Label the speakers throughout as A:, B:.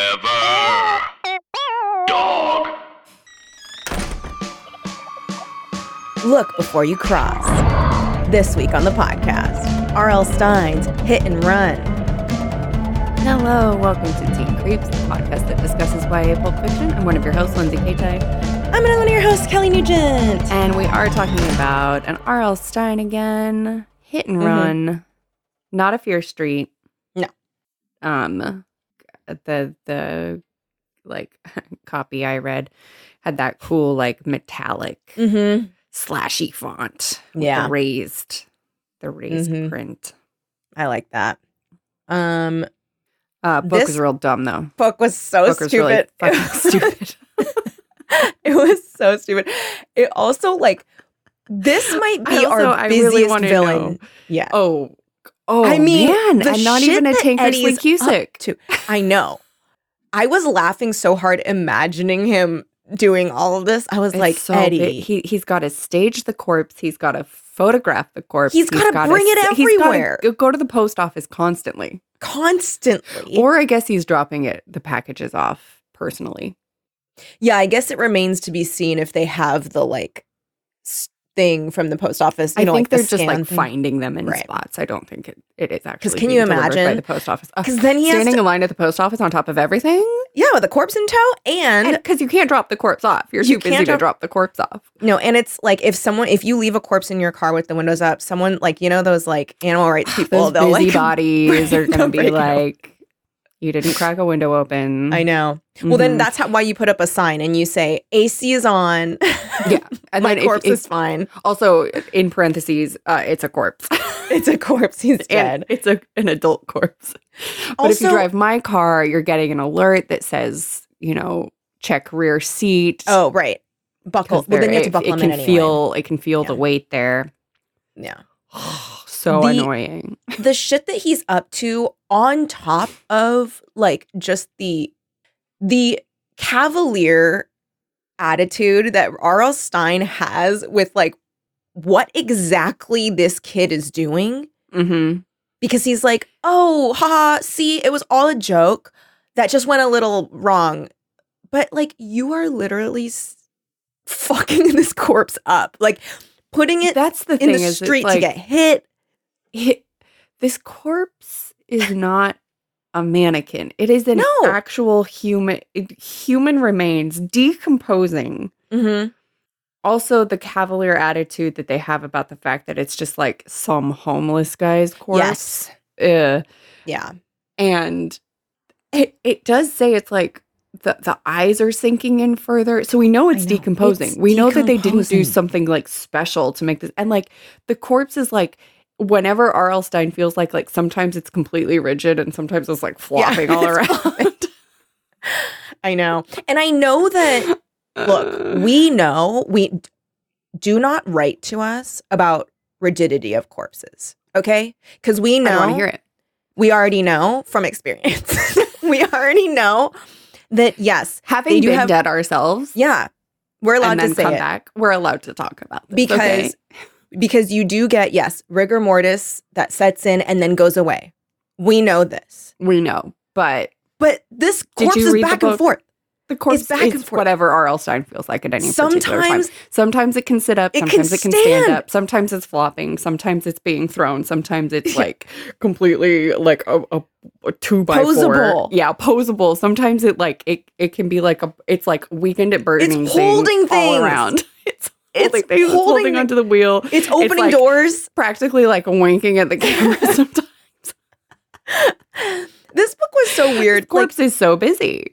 A: Forever. Dog.
B: Look before you cross. This week on the podcast, R.L. Stein's Hit and Run.
C: Hello, welcome to Teen Creeps, the podcast that discusses YA pulp fiction. I'm one of your hosts, Lindsay Kaitai,
B: I'm another one of your hosts, Kelly Nugent.
C: and we are talking about an R.L. Stein again, hit and
B: Mhm.
C: run, not a Fear Street.
B: No.
C: Um, the the like copy I read had that cool like metallic
B: Mm-hmm.
C: slashy font, with
B: Yeah.
C: the raised, the raised
B: Mhm.
C: print.
B: I like that. Um,
C: Uh, book
B: This-
C: was real dumb though.
B: book was so
C: book was really
B: stupid.
C: fucking stupid.
B: it was so stupid. It also like this might
C: I
B: be
C: also- I
B: our
C: really
B: busiest
C: wanna
B: villain.
C: know.
B: Yeah.
C: Oh, oh,
B: I mean,
C: man,
B: the
C: and not
B: shit
C: even a
B: that Eddie
C: Tankersley
B: is
C: Cusick.
B: too. I know. I was laughing so hard imagining him doing all of this. I was
C: It's
B: like,
C: so
B: Eddie.
C: big. He he's got to stage the corpse. He's got to photograph the corpse.
B: He's gotta
C: gotta
B: bring it
C: s- he's gotta
B: everywhere.
C: go- go to the post office constantly,
B: constantly.
C: or I guess he's dropping it the packages off personally.
B: yeah, I guess it remains to be seen if they have the like s- thing from the post office. You
C: I
B: know,
C: think
B: like, the
C: they're just
B: scan
C: like
B: thing.
C: finding them in
B: Right.
C: spots. I don't think it, it is actually
B: can you
C: being delivered by
B: imagine?
C: the post office Ugh.
B: Because then he has
C: standing
B: to,
C: in line at the post office on top of everything?
B: yeah, with a corpse in tow, and,
C: Because you can't drop the corpse off. You're too
B: You
C: busy
B: can't
C: to
B: drop-
C: drop the corpse off.
B: no, and it's like if someone if you leave a corpse in your car with the windows up, someone like you know those like animal rights people,
C: Those
B: they'll like
C: busybodies are going to
B: they'll
C: be
B: break it up.
C: like, you didn't crack a window open.
B: I know. Well, then
C: Mhm.
B: that's how, why you put up a sign and you say AC is on.
C: Yeah, and
B: my
C: then if-
B: corpse
C: if-
B: is fine.
C: also in parentheses, uh, it's a corpse.
B: It's a corpse. He's
C: And
B: dead.
C: it's a, an adult corpse. But if you
B: Also-
C: drive my car, you're getting an alert that says, you know, check rear seat.
B: oh right,
C: 'cause
B: buckle. Well, then you
C: there-
B: have to
C: it-
B: buckle
C: it,
B: him
C: can
B: in anyway.
C: feel it can feel the
B: Yeah.
C: weight there.
B: Yeah,
C: so
B: The-
C: annoying.
B: the shit that he's up to on top of like just the the cavalier attitude that R.L. Stein has with like what exactly this kid is doing.
C: Mm-hmm.
B: because he's like, oh, haha, see, it was all a joke that just went a little wrong. But like, you are literally s- fucking this corpse up, like putting it
C: That's the
B: in
C: thing
B: the
C: is it's
B: street to
C: like,
B: get hit.
C: it- this corpse is not a mannequin. It is an
B: No.
C: actual human human remains decomposing.
B: Mm-hmm.
C: also the cavalier attitude that they have about the fact that it's just like some homeless guy's
B: Yes.
C: corpse. Ugh.
B: Yeah.
C: And it it does say it's like the the eyes are sinking in further. So we know it's
B: know.
C: decomposing.
B: It's
C: we know that they didn't do
B: decomposing.
C: something like special to make this and like the corpse is like whenever R.L. Stein feels like like sometimes it's completely rigid and sometimes it's like flopping all
B: it's
C: around.
B: I know. And I know that, look, we know we d- do not write to us about rigidity of corpses. Okay. Because we
C: I
B: know
C: want to hear it.
B: we already know from experience. we already know that, yes,
C: Having
B: They do
C: been
B: have-
C: dead ourselves.
B: yeah, we're allowed
C: and then
B: to say
C: come
B: it.
C: back. We're allowed to talk about this
B: Because-
C: okay?
B: because you do get yes rigor mortis that sets in and then goes away we know this
C: we know, but
B: but this
C: Did
B: corpse
C: you
B: is
C: read the
B: back and
C: book?
B: forth
C: the corpse
B: back and
C: is
B: forth.
C: whatever R.L. Stein feels like at any particular time.
B: sometimes
C: Sometimes it can sit up,
B: it can
C: sometimes it can stand
B: stand.
C: up, sometimes it's flopping, sometimes it's being thrown, sometimes it's
B: Yeah.
C: like completely like a, a, a two by
B: Posable.
C: four. Yeah, posable. Sometimes it like it it can be like a it's like weakened at burdening. thing
B: holding
C: all
B: things.
C: around. It's
B: it's
C: holding things, it's
B: holding
C: holding onto the wheel.
B: it's opening
C: like-
B: doors
C: Practically like winking at the camera sometimes.
B: this book was so weird like
C: Corpse is so busy.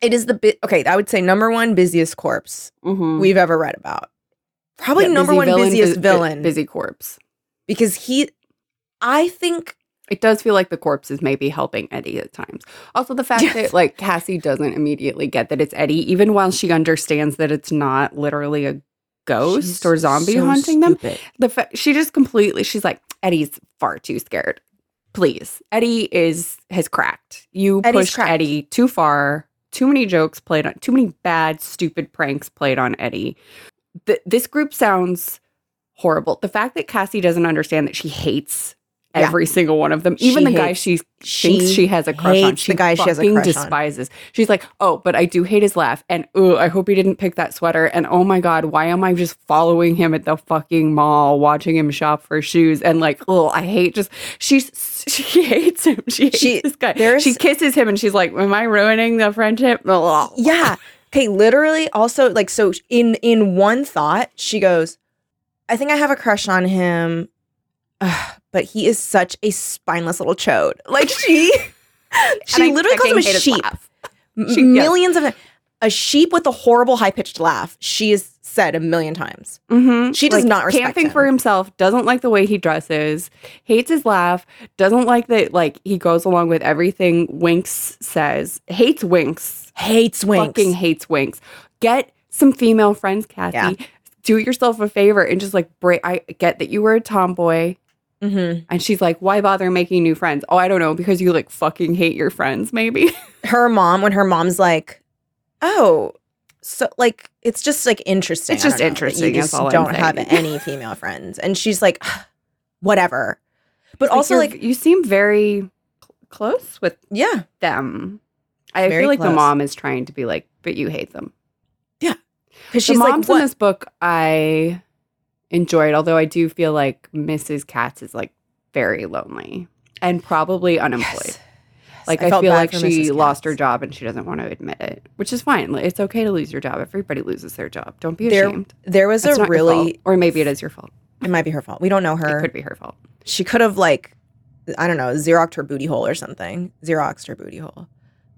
B: it is the bit okay i would say number one busiest corpse
C: Mhm.
B: we've ever read about Mm-hmm. probably
C: Yeah,
B: number
C: busy
B: one
C: villain,
B: busiest
C: bu- bu-
B: villain
C: busy corpse.
B: because he i think
C: It does feel like the corpse is maybe helping Eddie at times. Also, the fact
B: Yes.
C: that like Cassie doesn't immediately get that it's Eddie, even while she understands that it's not literally a ghost
B: she's
C: or zombie
B: so
C: haunting them.
B: stupid.
C: The fa- she just completely she's like Eddie's far too scared. Please, Eddie is has cracked. You
B: Eddie's
C: pushed
B: cracked.
C: Eddie too far. Too many jokes played on. Too many bad, stupid pranks played on Eddie. Th- this group sounds horrible. The fact that Cassie doesn't understand that she hates
B: Yeah.
C: every single one of them.
B: She
C: Even the guy
B: hates-
C: she thinks she has a crush on.
B: hates
C: She
B: the guy she has a
C: fucking
B: crush on.
C: despises. She's like, oh, but I do hate his laugh, and ooh, I hope he didn't pick that sweater, and oh my god, why am I just following him at the fucking mall, watching him shop for shoes, and like, oh, I hate just she's she hates him. She hates
B: She-
C: this guy.
B: there's-
C: She kisses him, and she's like, am I ruining the friendship? Blah.
B: Yeah. Okay, literally also like so in in one thought, she goes, "I think I have a crush on him, Ugh, but he is such a spineless little chode." Like she she
C: And I
B: literally calls him a
C: fucking hate his
B: sheep.
C: laugh.
B: M-
C: She- yes.
B: millions of a sheep with a horrible high-pitched laugh. She has said a million times.
C: Mhm.
B: She does not respect
C: can't think
B: him.
C: for himself. Doesn't like the way he dresses. Hates his laugh. Doesn't like that. Like he goes along with everything Winks says. Hates Winks.
B: Hates winks.
C: Fucking hates Winks. Get some female friends, Kathy.
B: Yeah.
C: Do yourself a favor and just like break. I get that you were a tomboy,
B: Mhm.
C: and she's like, "Why bother making new friends?" Oh, I don't know, because you like fucking hate your friends, maybe.
B: Her mom when her mom's like, "Oh, so like it's just like interesting.
C: It's
B: I
C: just
B: don't know, that
C: interesting,
B: You
C: that's
B: just
C: all I'm
B: don't have
C: saying."
B: any female friends." And she's like, "Ugh, "Whatever." But also
C: you're-
B: like
C: you seem very cl- close with
B: Yeah.
C: them. I
B: Very
C: feel like the
B: close.
C: mom is trying to be like, but you hate them.
B: Because
C: The
B: she's like,
C: moms
B: what?
C: in this book I enjoyed, although I do feel like Mrs. Katz is like very lonely and probably unemployed.
B: Yes.
C: Like
B: I
C: I,
B: felt
C: feel
B: bad
C: like
B: for
C: she
B: Mrs.
C: lost her
B: Katz.
C: job and she doesn't want to admit it, which is fine. Like, It's okay to lose your job. Everybody loses their job. Don't be
B: There-
C: ashamed.
B: There was
C: That's
B: a
C: not your fault.
B: really,
C: or maybe it is your fault.
B: it might be her fault. We don't know
C: It
B: her.
C: could be her fault.
B: she could have, like, I don't know, Xeroxed her booty hole or something. Xeroxed her booty hole.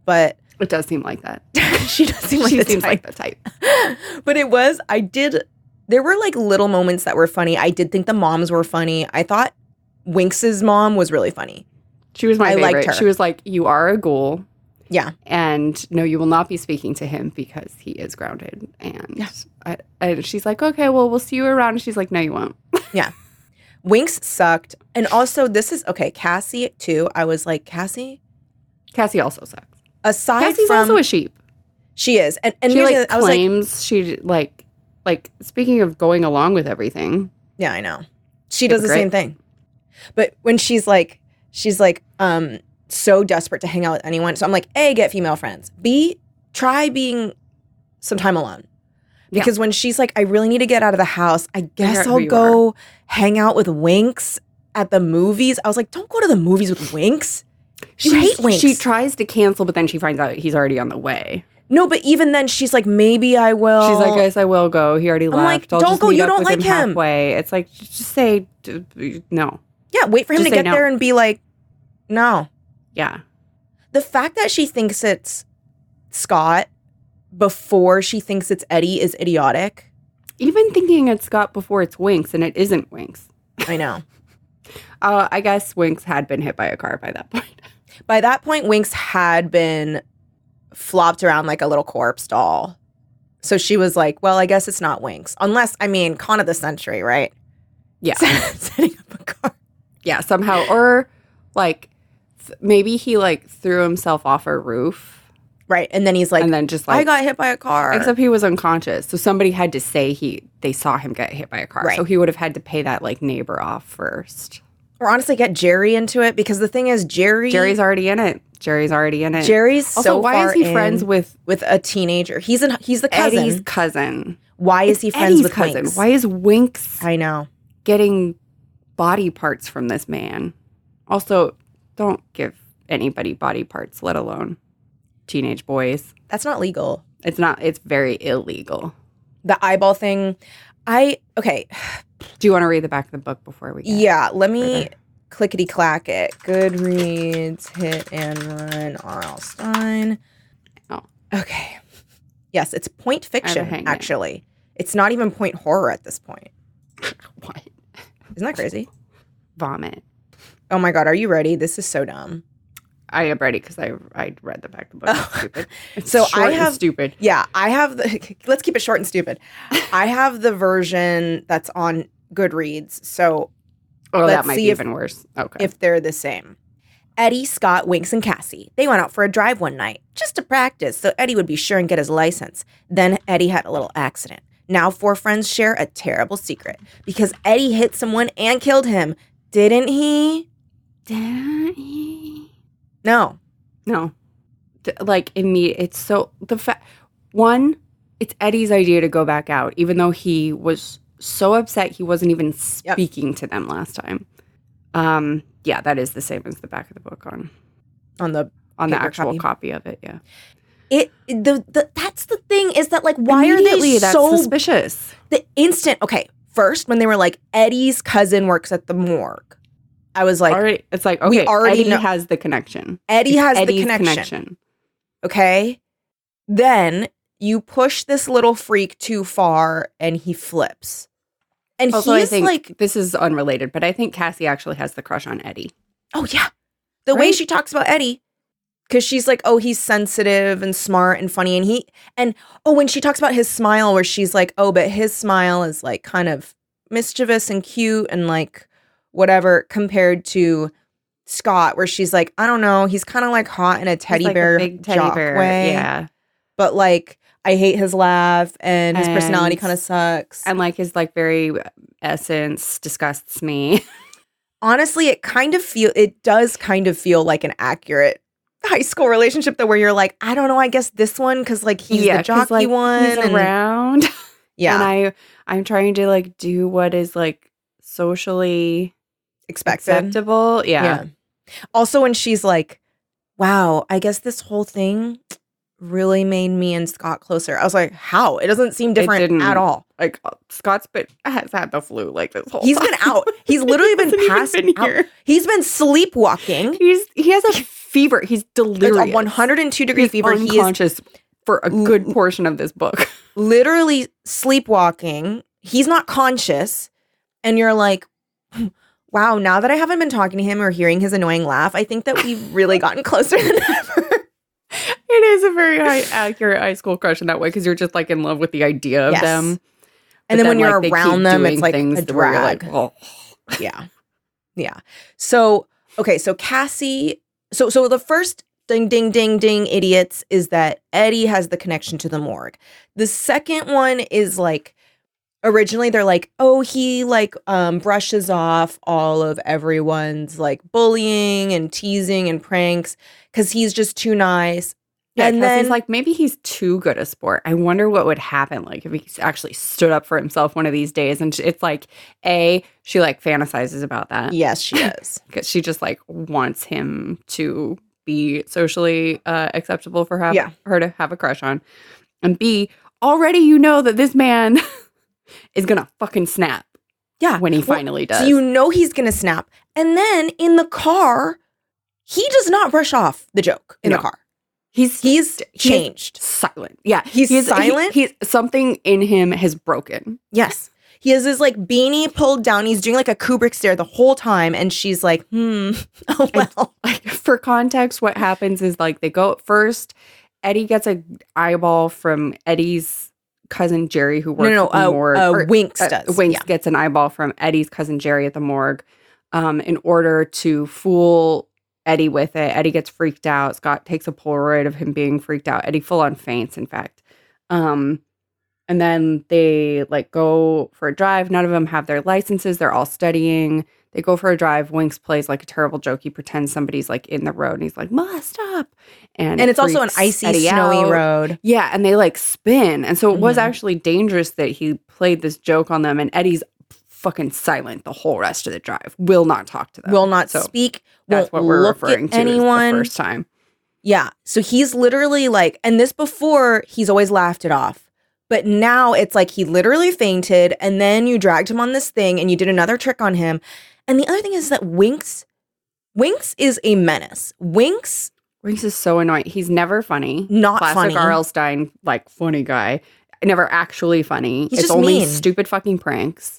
B: But
C: It does seem like that.
B: she does seem like
C: she
B: the
C: seems
B: type.
C: like the type.
B: but it was, I did, there were like little moments that were funny. I did think the moms were funny. I thought Winx's mom was really funny.
C: She was my
B: I liked
C: favorite.
B: her.
C: She was like, "You are a ghoul."
B: Yeah.
C: And no, you will not be speaking to him because he is grounded. And
B: Yeah.
C: I, and she's like, "Okay, well, we'll see you around." And she's like, "No, you won't."
B: Winx sucked. And also, this is, okay, Cassie too. I was like, Cassie?
C: Cassie also sucks.
B: Aside
C: Cassie's
B: from,
C: also a sheep.
B: she is. And, and
C: she
B: here's
C: like
B: the- I was like,
C: claims she like like speaking of going along with everything.
B: Yeah, I know. She does the
C: Hypocrite.
B: same thing. But when she's like, she's like, um, so desperate to hang out with anyone. So I'm like, A, get female friends. B, try being some time alone.
C: Yeah.
B: Because when she's like, I really need to get out of the house, I guess
C: out who
B: I'll
C: you
B: go hang out with Winx at the movies. I was like, don't go to the movies with Winx. You hate Winx.
C: She tries to cancel, but then she finds out he's already on the way.
B: no, but even then, she's like, maybe I will.
C: She's like, "Guys, I will go." He already
B: Oh. I'm like,
C: left. I'll
B: "Don't
C: just
B: go.
C: meet
B: You
C: up
B: don't
C: with
B: like him."
C: halfway." It's like just say d- no.
B: yeah, wait for him
C: Just
B: to
C: say
B: get
C: no.
B: there and be like, no.
C: Yeah.
B: the fact that she thinks it's Scott before she thinks it's Eddie is idiotic.
C: Even thinking it's Scott before it's Winks and it isn't Winks.
B: I know.
C: Uh, I guess Winks had been hit by a car by that point.
B: By that point, Winx had been flopped around like a little corpse doll. So she was like, well, I guess it's not Winx. Unless, I mean, con of the century, right?
C: Yeah.
B: Setting up a car.
C: Yeah, somehow. Or like th- maybe he like threw himself off a roof
B: Right. And then he's like,
C: and then just
B: I
C: like.
B: got hit by a car.
C: except he was unconscious. So somebody had to say he they saw him get hit by a car.
B: Right.
C: So he would have had to pay that like neighbor off first.
B: or honestly, get Jerry into it because the thing is, Jerry.
C: Jerry's already in it. Jerry's already in it.
B: Jerry's
C: also,
B: so
C: why
B: far
C: is he
B: in
C: friends with
B: with a teenager? He's an, he's the cousin.
C: Eddie's cousin?
B: why is
C: It's
B: he friends
C: Eddie's
B: with
C: cousin?
B: Winx?
C: Why is Winks
B: I know.
C: getting body parts from this man. Also, don't give anybody body parts, let alone teenage boys.
B: That's not legal.
C: It's not, it's very illegal.
B: The eyeball thing. I okay.
C: Do you want to read the back of the book before we get
B: Yeah, let me
C: Further.
B: clickety clack it. Goodreads, hit and run, R.L. Stein.
C: Oh.
B: Okay. Yes, it's point fiction,
C: hangnail.
B: actually. It's not even point horror at this point.
C: What?
B: Isn't that crazy?
C: Vomit.
B: Oh my god, are you ready? This is so dumb.
C: I am ready because I, I read the back of the book. It's
B: Oh. So
C: stupid. It's
B: I
C: short and
B: have-
C: stupid.
B: Yeah, I have the let's keep it short and stupid. I have the version that's on Goodreads. So
C: Oh,
B: let's
C: that might
B: see
C: be
B: if-
C: even worse. Okay.
B: if they're the same. Eddie, Scott, Winks, and Cassie. They went out for a drive one night, just to practice, so Eddie would be sure and get his license. Then Eddie had a little accident. Now four friends share a terrible secret because Eddie hit someone and killed him, didn't he?
C: didn't he?
B: No.
C: No. D- like immediate it's so the fact one, it's Eddie's idea to go back out, even though he was so upset he wasn't even speaking to them last time. Um, yeah, that is the same as the back of the book on
B: On the
C: on the
B: Paper
C: actual
B: copy.
C: copy. of it. Yeah.
B: it the, the that's the thing is that like why are
C: Immediately,
B: they
C: that's
B: so
C: suspicious?
B: the instant okay first when they were like Eddie's cousin works at the morgue I was like
C: already, it's like okay,
B: already
C: Eddie
B: know-
C: has the connection.
B: Eddie
C: It's
B: has the
C: Eddie's
B: connection okay? Then you push this little freak too far and he flips. And
C: Also, Oh, I
B: he's
C: think
B: like,
C: this is unrelated, but I think Cassie actually has the crush on Eddie.
B: oh yeah. The way
C: Right?
B: she talks about Eddie cuz she's like, "Oh, he's sensitive and smart and funny." And he and oh, when she talks about his smile where she's like, "Oh, but his smile is like kind of mischievous and cute and like whatever compared to Scott where she's like, "I don't know, he's kind of like hot in a teddy
C: He's like a
B: bear
C: big teddy
B: jock
C: bear.
B: way."
C: Yeah,
B: but like I hate his laugh and his personality
C: And-
B: kind of sucks.
C: and like his like very essence disgusts me.
B: Honestly, it kind of feel it does kind of feel like an accurate high school relationship that where you're like, I don't know, I guess this one because like he's the
C: 'cause,
B: jockey
C: like,
B: one,
C: He's
B: and
C: around,
B: yeah,
C: and I I'm trying to like do what is like socially
B: expected.
C: acceptable. Yeah.
B: Also, when she's like, "Wow, I guess this whole thing really made me and Scott closer," I was like, "How? It doesn't seem different
C: didn't.
B: at all."
C: like uh, Scott's been has had the flu like this whole.
B: He's
C: time.
B: been out. He's literally been
C: hasn't even
B: passed
C: been
B: out.
C: here.
B: He's been sleepwalking.
C: He's he has a fever. He's delirious.
B: It's a 102 degree
C: He's
B: fever. He is
C: unconscious for a
B: L-
C: good portion of this book.
B: literally sleepwalking. He's not conscious. And you're like, wow, now that I haven't been talking to him or hearing his annoying laugh, I think that we've really gotten closer than ever.
C: It is a very high, accurate high school crush in that way because you're just like in love with the idea of
B: Yes.
C: them. But
B: And then, when you're
C: like, they keep
B: around them,
C: doing
B: it's like
C: things
B: a
C: that where you're like,
B: drag.
C: oh.
B: yeah. Yeah. So, okay. So Cassie, so, so the first ding, ding, ding, ding idiots is that Eddie has the connection to the morgue. The second one is like, originally they're like, oh, he like um, brushes off all of everyone's like bullying and teasing and pranks because he's just too nice.
C: Yeah,
B: And
C: and then
B: then-
C: like maybe he's too good a sport. I wonder what would happen like if he actually stood up for himself one of these days. And sh- it's like, a she like fantasizes about that
B: Yes, she is.
C: because she just like wants him to be socially uh, acceptable for have,
B: Yeah.
C: her to have a crush on, and b already you know that this man is gonna fucking snap
B: Yeah.
C: when he
B: Well,
C: finally does.
B: So Uh, you know he's going to snap. And then in the car, he does not brush off the joke in the
C: No.
B: car.
C: he's
B: He's
C: he is
B: changed.
C: silent. Yeah,
B: He's
C: he is- he-
B: silent?
C: he's something in him has broken.
B: Yes. He has his like beanie pulled down. He's doing like a Kubrick stare the whole time. And she's like, hmm, oh
C: I-
B: well.
C: like for context, what happens is like they go first. Eddie gets a eyeball from Eddie's cousin Jerry, who
B: No,
C: works
B: no,
C: at the morgue.
B: uh,
C: or-
B: uh, Winx
C: uh,
B: does.
C: Winx
B: Yeah.
C: gets an eyeball from Eddie's cousin Jerry at the morgue, um, in order to fool Eddie with it. Eddie gets freaked out. Scott takes a Polaroid of him being freaked out. Eddie full on faints, in fact. Um, and then they like go for a drive. None of them have their licenses. They're all studying. They go for a drive. Winx plays like a terrible joke. He pretends somebody's like in the road, and he's like, "Ma, stop!" And
B: And it's also an
C: freaks
B: icy,
C: Eddie
B: snowy
C: out.
B: road.
C: Yeah, and they like spin. And so it was
B: Mhm.
C: actually dangerous that he played this joke on them and Eddie's fucking silent the whole rest of the drive. Will not talk to them.
B: Will not
C: So
B: speak.
C: That's
B: won't
C: what we're
B: look at
C: referring to anyone.
B: Anyone.
C: first time.
B: Yeah. So he's literally like, and this before he's always laughed it off. But now it's like he literally fainted and then you dragged him on this thing and you did another trick on him. And the other thing is that Winx, Winx is a menace. Winx,
C: Winks is so annoying. He's never funny.
B: not
C: Classic
B: funny.
C: Arlstein, like funny guy. Never actually funny.
B: He's
C: it's
B: just
C: only
B: mean.
C: stupid fucking pranks.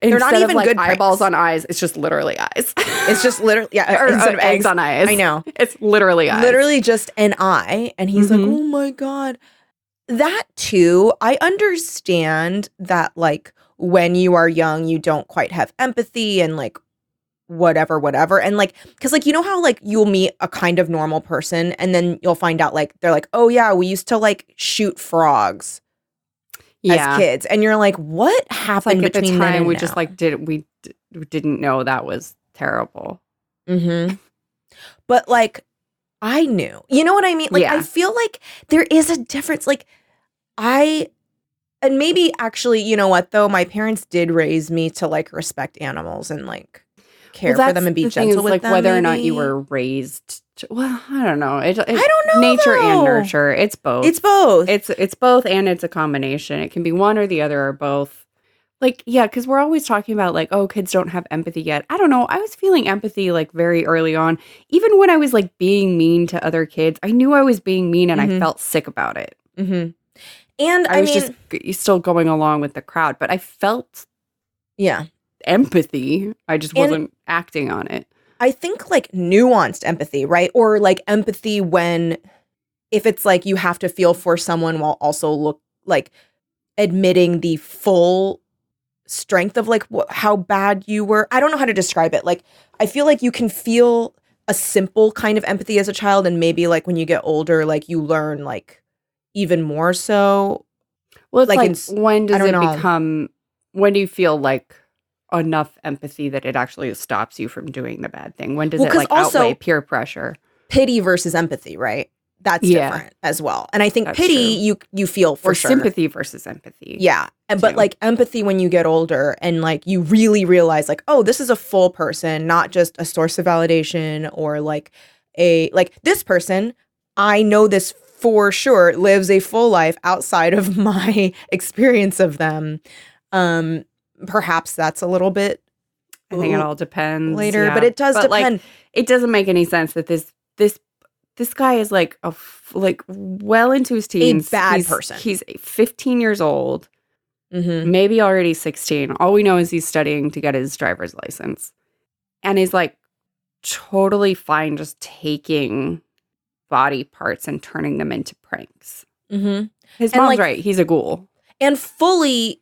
B: They're not
C: Instead of,
B: even
C: like,
B: good pranks.
C: eyeballs on eyes. It's just literally eyes.
B: It's just literally yeah,
C: or,
B: instead
C: or
B: of
C: eggs on eyes.
B: I know.
C: It's literally eyes.
B: Literally just an eye. And he's like,
C: Mhm.
B: oh my God. That too, I understand that like when you are young, you don't quite have empathy and like whatever, whatever. And like, cause like, you know how like you'll meet a kind of normal person and then you'll find out like, they're like, oh yeah, we used to like shoot frogs as kids. And you're like, what
C: It's like
B: happened
C: at the
B: between then
C: time
B: and
C: we
B: now?
C: just like did we d- didn't know that was terrible.
B: Mm-hmm. But like, I knew. You know what I mean? Like, I
C: Yeah.
B: feel like there is a difference. Like, I, and maybe actually, you know what though? My parents did raise me to like respect animals and like care
C: Well,
B: for them
C: that's
B: and be
C: the
B: gentle
C: thing is,
B: with
C: like
B: them.
C: whether or not you
B: maybe.
C: were raised. To, well, I don't know. It, it-
B: I don't know.
C: nature and
B: though.
C: nurture. It's both.
B: It's both.
C: it's it's both and it's a combination it can be one or the other or both like yeah because we're always talking about like oh kids don't have empathy yet i don't know i was feeling empathy like very early on even when i was like being mean to other kids i knew i was being mean and
B: Mhm.
C: i felt sick about it
B: hmm And
C: i,
B: I,
C: was
B: mean,
C: just g- still going along with the crowd but i felt
B: yeah.
C: empathy i just
B: And-
C: wasn't acting on it
B: I think like nuanced empathy, right? Or like empathy when if it's like you have to feel for someone while also look like admitting the full strength of like wh- how bad you were. I don't know how to describe it. Like I feel like you can feel a simple kind of empathy as a child and maybe like when you get older like you learn like even more so.
C: Well, it's
B: Like,
C: like,
B: in s-
C: when does
B: don't
C: it
B: know.
C: become? When do you feel like enough empathy that it actually stops you from doing the bad thing? When does
B: Well,
C: it
B: 'cause
C: like
B: also-
C: outweigh peer pressure?
B: Pity versus empathy, right? That's
C: Yeah.
B: different as well. And I think
C: That's
B: pity
C: true.
B: you you feel for
C: or
B: sure.
C: sympathy versus empathy?
B: Yeah. And but
C: too.
B: like empathy when you get older and like you really realize like, oh, this is a full person, not just a source of validation or like a like this person, I know this for sure lives a full life outside of my experience of them. Um perhaps that's a little bit
C: I think it all depends
B: later,
C: Mm, yeah.
B: but it does
C: like,
B: depend.
C: it doesn't make any sense that this this this guy is like a f- like well into his teens,
B: bad
C: He's-
B: person.
C: He's 15 years old,
B: Mhm.
C: maybe already 16. All we know is he's studying to get his driver's license. And he's like totally fine just taking body parts and turning them into pranks.
B: Mhm.
C: His
B: And,
C: mom's
B: like-
C: right. He's a ghoul.
B: and fully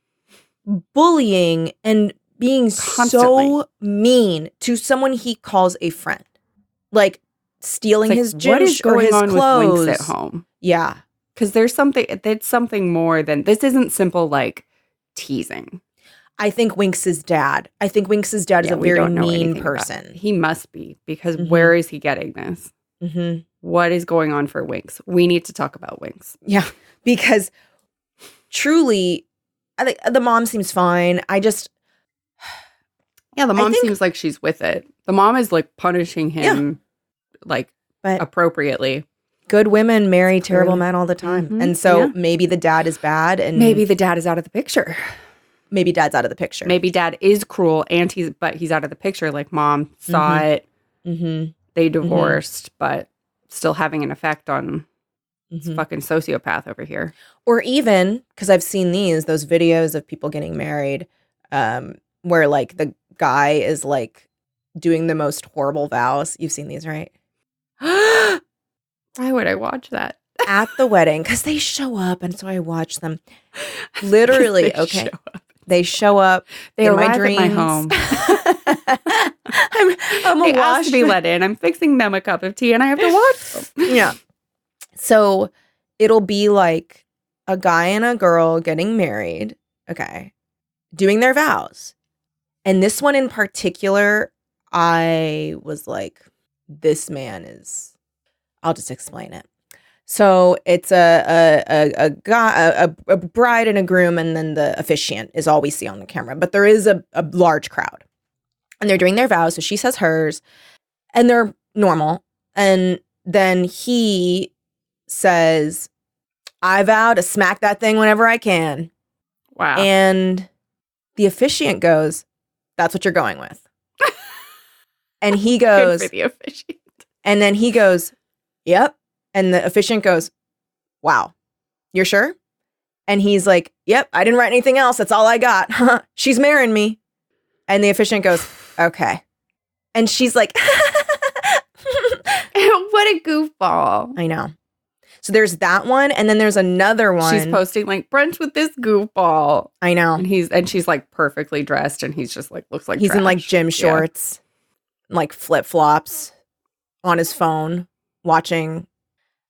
B: bullying and being
C: Constantly.
B: so mean to someone he calls a friend, like
C: It's
B: stealing
C: like,
B: his gym
C: what is
B: sh- or
C: going
B: his
C: on
B: clothes
C: with Winks at home?
B: Yeah,
C: Because there's something that's something more than this isn't simple like teasing.
B: I think Winx's dad. I think Winx's dad
C: Yeah,
B: is a
C: we
B: very
C: don't know
B: mean
C: anything about it.
B: person.
C: He must be because
B: Mhm.
C: where is he getting this?
B: hmm
C: What is going on for Winks? We need to talk about Winks.
B: Yeah, because truly, I think the mom seems fine. I just
C: Yeah, the
B: I
C: mom
B: think-
C: seems like she's with it. The mom is like punishing him like
B: But-
C: appropriately.
B: good women marry
C: Clearly.
B: terrible men all the time,
C: Mhm,
B: and so
C: yeah.
B: maybe the dad is bad, and
C: Maybe the dad is out of the picture.
B: maybe dad's out of the picture.
C: Maybe dad is cruel and he's but he's out of the picture like mom saw it.
B: Mm-hmm.
C: They divorced but still having an effect on this
B: hmm
C: fucking sociopath over here.
B: or even because I've seen these those videos of people getting married, um, where like the guy is like doing the most horrible vows. You've seen these, right?
C: Why would I watch that?
B: At the wedding, because they show up, and so I watch them. Literally,
C: They
B: okay.
C: show up.
B: They show up.
C: They
B: in
C: arrive
B: my dreams.
C: at my home.
B: I'm I'm
C: they
B: awash.
C: asked to be let in. I'm fixing them a cup of tea and I have to watch them.
B: yeah. So it'll be like a guy and a girl getting married, okay, doing their vows. And this one in particular, I was like, this man is, I'll just explain it. So it's a a a a, guy, a a bride and a groom, and then the officiant is all we see on the camera. But there is a, a large crowd, and they're doing their vows. So she says hers, and they're normal. And then he says, "I vow to smack that thing whenever I can."
C: Wow.
B: And the officiant goes, That's what you're going with. and he
C: Good
B: goes,
C: for the officiant.
B: and then he goes, Yep. And the officiant goes, Wow, you're sure? And he's like, Yep, I didn't write anything else. That's all I got. she's marrying me. And the officiant goes, Okay. And she's like,
C: what a goofball.
B: I know. So there's that one. And then there's another one.
C: She's posting like brunch with this goofball.
B: I know.
C: And he's and she's like perfectly dressed and he's just like looks like
B: he's in like
C: trash.
B: gym
C: Yeah.
B: shorts, like flip flops, on his phone, watching.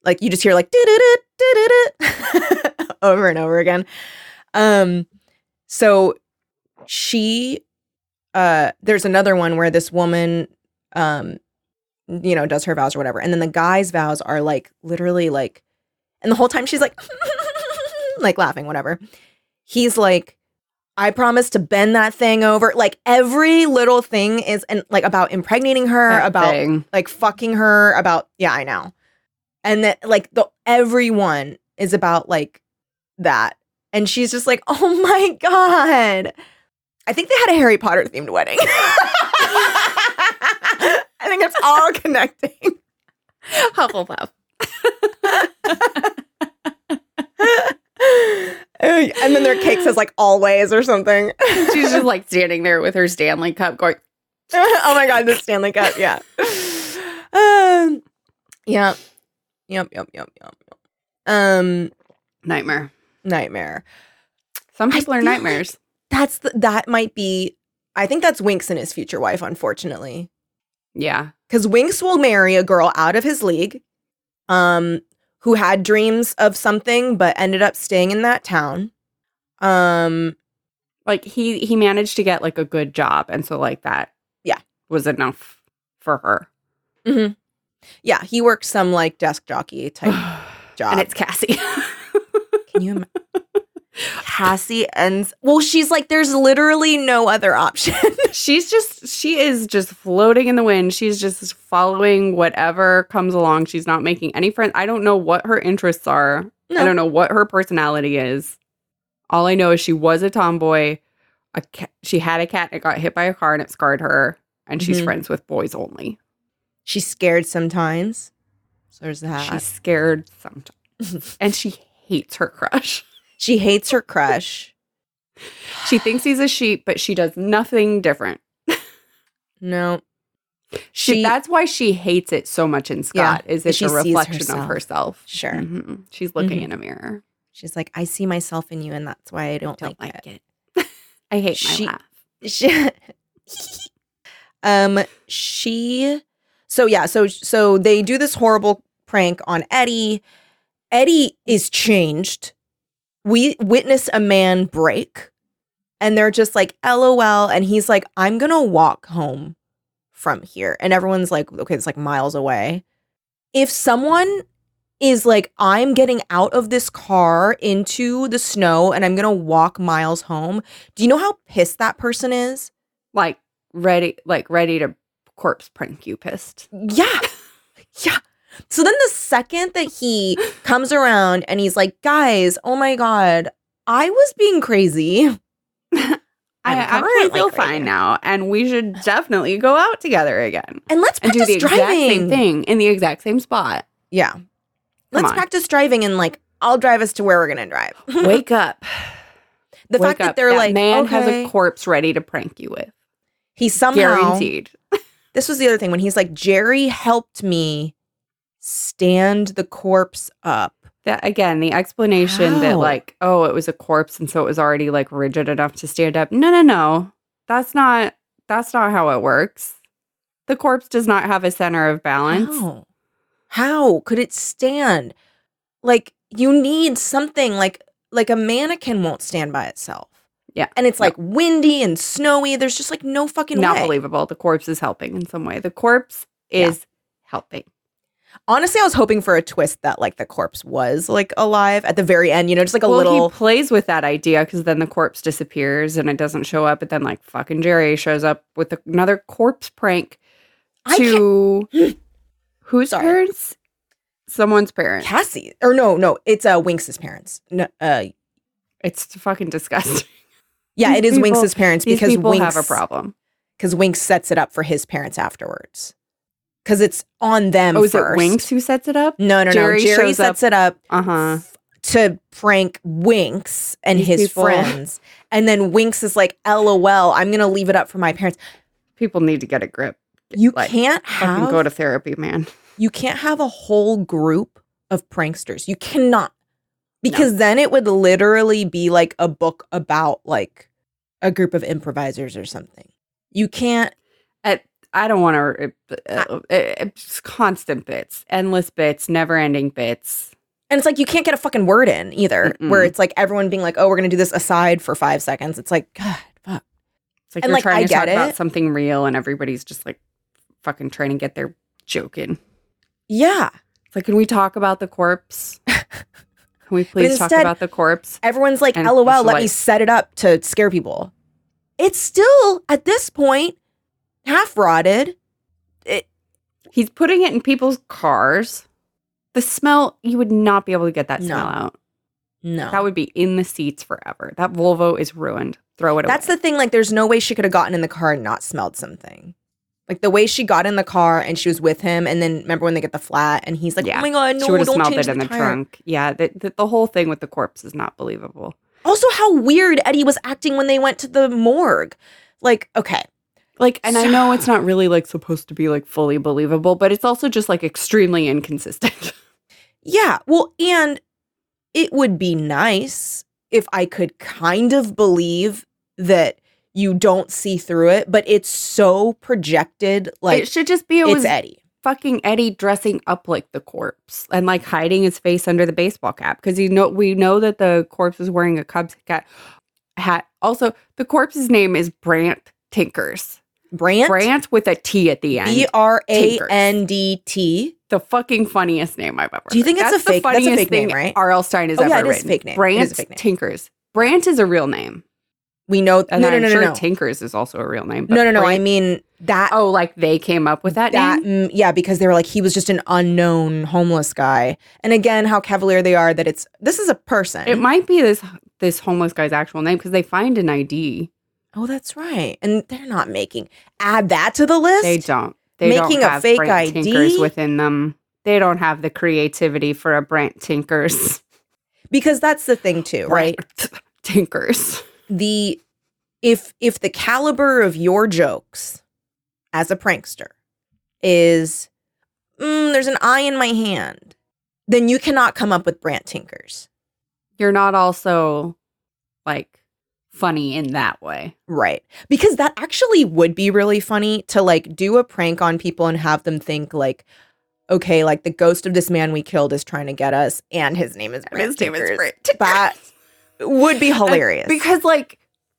B: Like you just hear like doo doo doo doo doo over and over again. Um, so she, uh, there's another one where this woman, um, you know, does her vows or whatever, and then the guy's vows are like literally like, and the whole time she's like, like laughing, whatever. He's like, I promise to bend that thing over. Like every little thing is and like about impregnating her,
C: That
B: about
C: thing.
B: like fucking her, about yeah, I know. And that like the everyone is about like that. And she's just like, oh my God. I think they had a Harry Potter themed wedding. I think it's all connecting.
C: Hufflepuff.
B: and then their cake says like always or something.
C: She's just like standing there with her Stanley cup going,
B: oh my god, the Stanley Cup. Yeah. Um. Yep. Yep. Yep. Yep. Yep. yep. Um.
C: nightmare.
B: Nightmare.
C: Some
B: I
C: people are
B: feel like-
C: nightmares.
B: That's the, that might be. I think that's Winks and his future wife. Unfortunately,
C: yeah.
B: because Winks will marry a girl out of his league, um, who had dreams of something but ended up staying in that town. Um.
C: Like he he managed to get like a good job and so like that
B: Yeah.
C: was enough for her.
B: Yeah, he works some like desk jockey type job.
C: and it's Cassie.
B: Can you imagine? Cassie ends. Well, she's like, there's literally no other option.
C: She's just she is just floating in the wind. She's just following whatever comes along. She's not making any friends. I don't know what her interests are.
B: No.
C: I don't know what her personality is. All I know is she was a tomboy. A cat, she had a cat and got hit by a car and it scarred her. And she's
B: Mhm.
C: friends with boys only.
B: she's scared sometimes. So there's that.
C: She's scared sometimes, and she hates her crush.
B: she hates her crush.
C: She thinks he's a sheep, but she does nothing different.
B: No.
C: She,
B: She-
C: that's why she hates it so much in Scott is it's
B: she
C: a
B: sees
C: reflection
B: herself.
C: of herself.
B: Sure.
C: Mhm. She's looking
B: Mhm.
C: in a mirror.
B: She's like, I see myself in you, and that's why I don't,
C: Don't
B: like,
C: like it. I hate
B: She-
C: my laugh.
B: it. She- um, she. So yeah, so so they do this horrible prank on Eddie. Eddie is changed. We witness a man break, and they're just like, "LOL," and he's like, "I'm gonna walk home from here," and everyone's like, "Okay, it's like miles away." If someone is like, "I'm getting out of this car into the snow, and I'm gonna walk miles home," do you know how pissed that person is?
C: Like ready, like ready to corpse prank you pissed.
B: Yeah. Yeah. So then the second that he comes around and he's like, guys, oh my God, I was being crazy.
C: I
B: I'm
C: actually
B: currently
C: feel
B: craving
C: fine
B: it.
C: now, and we should definitely go out together again
B: And let's
C: and do
B: practice
C: the exact
B: driving.
C: same thing in the exact same spot.
B: Yeah. let's
C: on.
B: practice driving and like I'll drive us to where we're gonna drive.
C: Wake up!
B: the
C: Wake
B: fact that
C: up.
B: they're like
C: man has
B: okay.
C: a corpse ready to prank you with,
B: he somehow
C: guaranteed.
B: this was the other thing when he's like, Jerry helped me stand the corpse up.
C: That again, the explanation that
B: How?
C: like, oh, it was a corpse and so it was already like rigid enough to stand up. No, no, no. That's not that's not how it works. The corpse does not have a center of balance.
B: How? How could it stand? Like you need something like like a mannequin won't stand by itself.
C: Yeah.
B: And it's
C: No.
B: like windy and snowy. There's just like no fucking
C: Not
B: way.
C: believable. The corpse is helping in some way. The corpse
B: Yeah.
C: is helping.
B: Honestly, I was hoping for a twist that like the corpse was like alive at the very end, you know, just like a
C: well,
B: little
C: he plays with that idea because then the corpse disappears and it doesn't show up, but then like fucking Jerry shows up with another corpse prank
B: I
C: to whose
B: Sorry.
C: parents? Someone's parents.
B: Cassie. Or no, no, it's uh Winx's parents. No, uh
C: It's fucking disgusting.
B: yeah, it
C: These
B: is
C: people-
B: Winx's parents
C: These
B: because
C: people
B: Winx
C: have a problem.
B: Cuz Winx sets it up for his parents afterwards. Cuz it's on them
C: Oh, is
B: first.
C: it Winx who sets it up?
B: No, no, no.
C: Jerry
B: Jerry,
C: shows
B: sets it up
C: Uh huh.
B: to prank Winx and
C: These
B: his
C: people.
B: friends. And then Winx is like, LOL, I'm going to leave it up for my parents.
C: People need to get a grip.
B: You
C: Like,
B: can't
C: Fucking
B: have
C: go to therapy, man.
B: you can't have a whole group of pranksters. You cannot. Because then it would literally be like a book about like a group of improvisers or something. You can't
C: At, I don't want to. Uh, uh, it's constant bits, endless bits, never ending bits.
B: and it's like you can't get a fucking word in either, where
C: Mm-mm.
B: it's like everyone being like, oh, we're gonna do this aside for five seconds. It's like, God, fuck.
C: It's
B: And,
C: like you're
B: like,
C: trying
B: I
C: to talk
B: get
C: about
B: it.
C: something real, and everybody's just like fucking trying to get their joke in.
B: Yeah.
C: It's like, can we talk about the corpse? Can we please talk
B: instead-
C: about the corpse?
B: Everyone's like,
C: And
B: LOL, let
C: it's
B: me
C: like-
B: set it up to scare people. It's still at this point half rotted.
C: He's putting it in people's cars. The smell, you would not be able to get that
B: No.
C: smell out.
B: No.
C: That would be in the seats forever. That Volvo is ruined. Throw it
B: That's
C: away.
B: the thing. Like, there's no way she could have gotten in the car and not smelled something. Like the way she got in the car and she was with him, and then remember when they get the flat and he's like,
C: Yeah.
B: "Oh my god, no,
C: she would have
B: don't
C: smelled
B: change
C: it in the,
B: tire."
C: trunk. Yeah, the, the, the whole thing with the corpse is not believable.
B: Also, how weird Eddie was acting when they went to the morgue. Like, okay,
C: Like, and I know it's not really like supposed to be like fully believable, but it's also just like extremely inconsistent.
B: yeah, well, and it would be nice if I could kind of believe that you don't see through it, but it's so projected. Like,
C: it should just be it
B: it's
C: was
B: Eddie.
C: fucking Eddie dressing up like the corpse and like hiding his face under the baseball cap because you know we know that the corpse is wearing a Cubs hat. Hat. Also, the corpse's name is Brant Tinkers.
B: Brant,
C: Brant with a T at the end.
B: B R A N D T.
C: the fucking funniest name I've ever.
B: Do you think
C: heard.
B: it's a fake- that's a fake name,
C: thing
B: right?
C: R.L. Stein has
B: Oh,
C: ever
B: yeah, it is
C: written.
B: fake name. It is a
C: Brant
B: fake name.
C: Tinkers. Brant is a real name,
B: We know.
C: and
B: no, no,
C: I'm
B: no,
C: sure
B: no, no.
C: Tinkers is also a real name. but
B: No, no, no. I
C: Brant-
B: mean that.
C: oh, like they came up with that,
B: that.
C: name.
B: mm, yeah, because they were like he was just an unknown homeless guy. And again, how cavalier they are that it's this is a person.
C: It might be this this homeless guy's actual name because they find an ID.
B: oh, that's right. And they're not making add that to the list.
C: They don't. They
B: Making
C: don't
B: a
C: have
B: fake
C: Brant
B: ID?
C: Tinkers within them. They don't have the creativity for a Brant Tinkers.
B: because that's the thing too, right?
C: Brant Tinkers.
B: The if if the caliber of your jokes as a prankster is mm, there's an eye in my hand, then you cannot come up with Brant Tinkers,
C: You're not also like funny in that way.
B: right? Because that actually would be really funny to like do a prank on people and have them think like. Okay, like the ghost of this man we killed is trying to get us, and his name is Brant Tinkers. That would be hilarious.
C: because like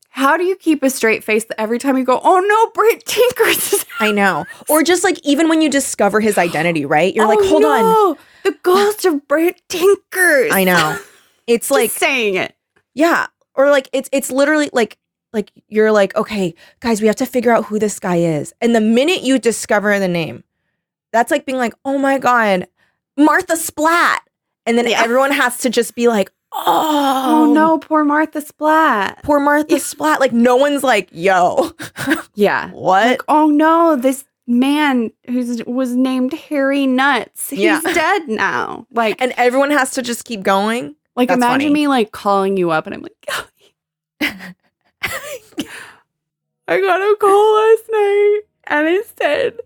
C: how do you keep a straight face that every time you go, oh no, Brant Tinkers is
B: I know. Or just like even when you discover his identity, right? You're like,
C: "Oh,
B: hold on.
C: no, The ghost of Brant Tinkers.
B: I know. It's
C: Just
B: like
C: saying it.
B: yeah. Or like it's it's literally like like you're like, okay, guys, we have to figure out who this guy is. And the minute you discover the name, that's like being like, oh my God, Martha Splat. And then everyone has to just be like, oh,
C: Oh, no, poor Martha Splat.
B: Poor Martha Splat. Like no one's like, yo,
C: Yeah.
B: what?
C: oh no, this man who was named Harry Nuts, he's
B: Yeah.
C: dead now. Like,
B: And everyone has to just keep going.
C: like
B: that's
C: imagine
B: funny.
C: me like calling you up and I'm like, I got a call last night and it said,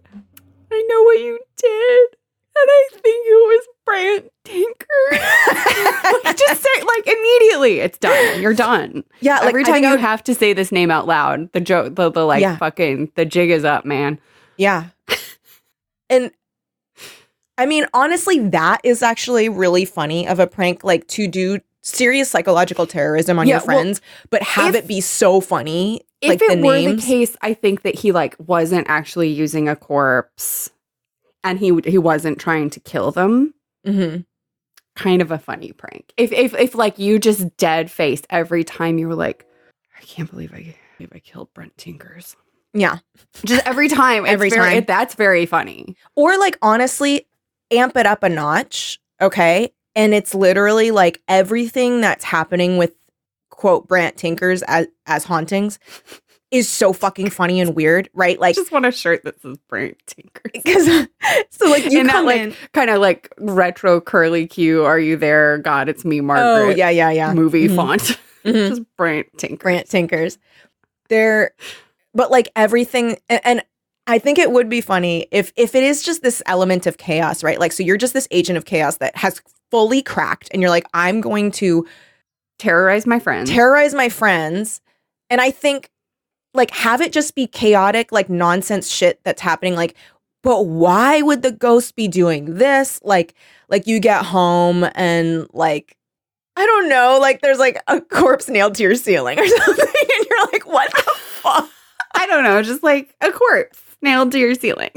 C: I know what you did. And I think it was Brant Tinker. like, just say, like, immediately, it's done. You're done.
B: Yeah, like
C: Every
B: I
C: time
B: think I
C: you
B: would-
C: have to say this name out loud, the joke, the, the like,
B: Yeah.
C: fucking, the jig is up, man.
B: Yeah. and I mean, honestly, that is actually really funny of a prank, like to do serious psychological terrorism on
C: Yeah,
B: your
C: well,
B: friends, but have
C: if-
B: it be so funny.
C: if
B: like
C: it
B: the
C: were
B: names.
C: the case, I think that he like wasn't actually using a corpse. and he he wasn't trying to kill them.
B: Mm-hmm.
C: Kind of a funny prank. If if if like you just dead faced every time you were like, I can't believe I, I believe I killed Brent Tinkers.
B: Yeah.
C: Just every time. it's
B: Every
C: very-
B: time.
C: it- that's very funny.
B: Or like honestly, amp it up a notch, okay? And it's literally like everything that's happening with quote Brant Tinkers as as hauntings is so fucking funny and weird, right?
C: I
B: Like
C: just want a shirt that says Brent Tinkers.
B: because so like you
C: and
B: come
C: not
B: in.
C: like kind of like retro curly Q. Are you there? God, it's me,
B: Oh
C: Margaret.
B: yeah, yeah, yeah.
C: Movie
B: Mhm.
C: font.
B: Mhm.
C: Just Brent Tinker.
B: Grant Tinkers. They're but like everything and, and I think it would be funny if if it is just this element of chaos, right? Like so you're just this agent of chaos that has fully cracked and you're like I'm going to
C: Terrorize my friends.
B: terrorize my friends and I think like have it just be chaotic like nonsense shit that's happening like but why would the ghost be doing this? Like like you get home and like I don't know, like there's like a corpse nailed to your ceiling or something and you're like what the fuck?
C: I don't know, just like a corpse nailed to your ceiling.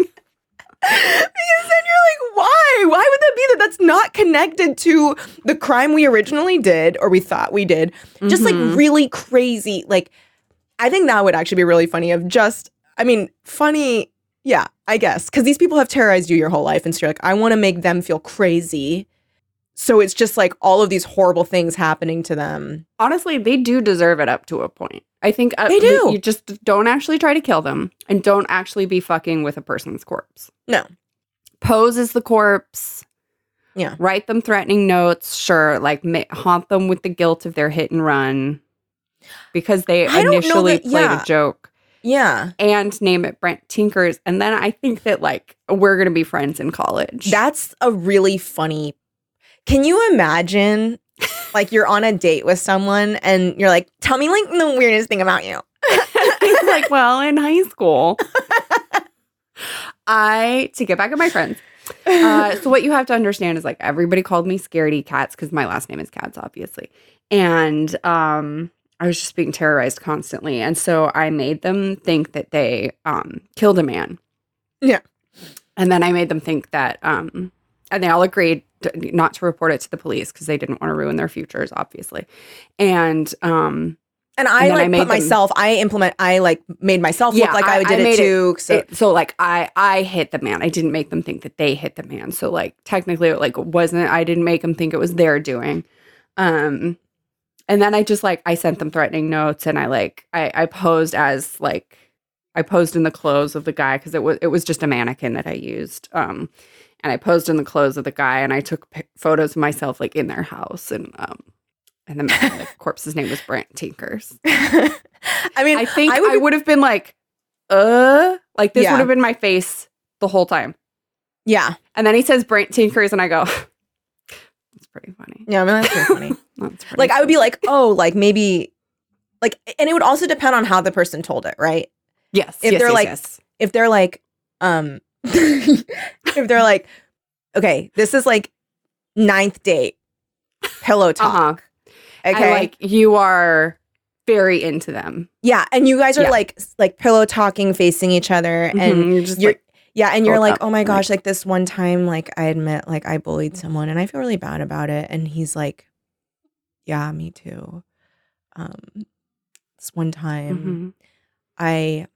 B: because then you're like, why? Why would that be that that's not connected to the crime we originally did or we thought we did? Just
C: Mhm.
B: like really crazy. Like, I think that would actually be really funny of just, I mean, funny. Yeah, I guess. Because these people have terrorized you your whole life. And so you're like, I want to make them feel crazy. So it's just like all of these horrible things happening to them.
C: Honestly, they do deserve it up to a point. I think uh,
B: They do.
C: You just don't actually try to kill them and don't actually be fucking with a person's corpse.
B: No.
C: Pose as the corpse.
B: Yeah.
C: Write them threatening notes. Sure. Like ma- haunt them with the guilt of their hit and run because they
B: I don't know
C: initially
B: that-
C: played
B: yeah.
C: a joke.
B: Yeah.
C: and name it Brent Tinkers. And then I think that like we're gonna be friends in college.
B: That's a really funny. Can you imagine? Like you're on a date with someone and you're like, tell me like the weirdest thing about you.
C: It's like, well, in high school, I to get back at my friends. Uh, so what you have to understand is like everybody called me Scaredy Cats because my last name is Cats, obviously, and um. I was just being terrorized constantly. And so I made them think that they um, killed a man.
B: Yeah.
C: And then I made them think that, um, and they all agreed to, not to report it to the police because they didn't want to ruin their futures, obviously. And um,
B: And I
C: And then I
B: like
C: made
B: put
C: them-
B: myself, I implement, I like made myself
C: Yeah,
B: look like
C: I-
B: I,
C: I
B: did
C: made it-
B: it too. so
C: It- so like I I hit the man. I didn't make them think that they hit the man. So like technically it like wasn't I didn't make them think it was their doing. Um and then I just like I sent them threatening notes and I like I I posed as like I posed in the clothes of the guy cuz it was it was just a mannequin that I used. Um and I posed in the clothes of the guy and I took pic- photos of myself like in their house and um and the, man, the corpse's name was Brant Tinkers.
B: I mean,
C: I think I
B: would be-
C: would have been like, uh, like this
B: Yeah.
C: would have been my face the whole time.
B: yeah.
C: And then he says Brent Tinkers, and I go, that's pretty funny.
B: Yeah, I mean, that's pretty funny.
C: That's pretty
B: like I would be
C: funny."
B: like, oh, like maybe, like, and it would also depend on how the person told it, right?
C: yes,
B: if
C: yes,
B: they're
C: yes,
B: like-
C: yes.
B: if they're like um if they're like okay this is like ninth date pillow
C: "Uh-huh,
B: talk
C: I
B: okay
C: like you are very into them.
B: yeah Mm-hmm. and you guys are
C: Yeah.
B: like s- like pillow talking facing each other and
C: Mhm, you're just
B: you're
C: like,
B: yeah and you're
C: Hold
B: like
C: up,
B: oh my
C: like-
B: gosh like this one time like i admit like i bullied someone and i feel really bad about it and he's like yeah me too um this one time
C: mhm,
B: i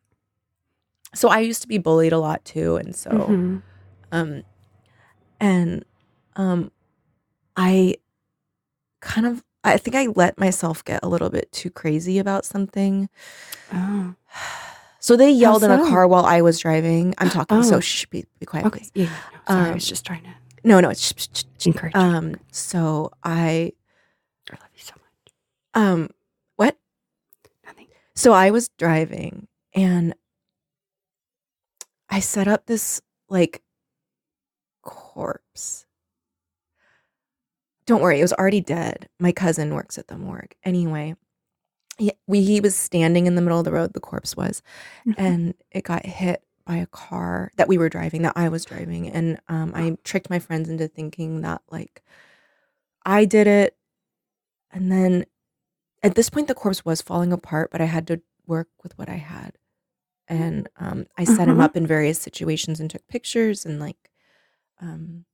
B: so i used to be bullied a lot too and so
C: mhm.
B: um and um i kind of i think i let myself get a little bit too crazy about something
C: Oh,
B: so they yelled in a
C: so?
B: car while i was driving i'm talking so
C: Oh.
B: shh be, be quiet
C: okay.
B: please
C: Yeah, yeah, yeah. Sorry, I
B: Um,
C: was just trying to
B: no no it's shh, shh, shh, shh.
C: encourage. you.
B: um so i
C: I love you so much.
B: um what
C: Nothing.
B: so i was driving and i set up this like corpse don't worry it was already dead my cousin works at the morgue anyway he, we, he was standing in the middle of the road the corpse was and it got hit by a car that we were driving that i was driving and um, i tricked my friends into thinking that like i did it and then at this point the corpse was falling apart but i had to work with what i had and um, i set him
C: Uh-huh.
B: up in various situations and took pictures and like um,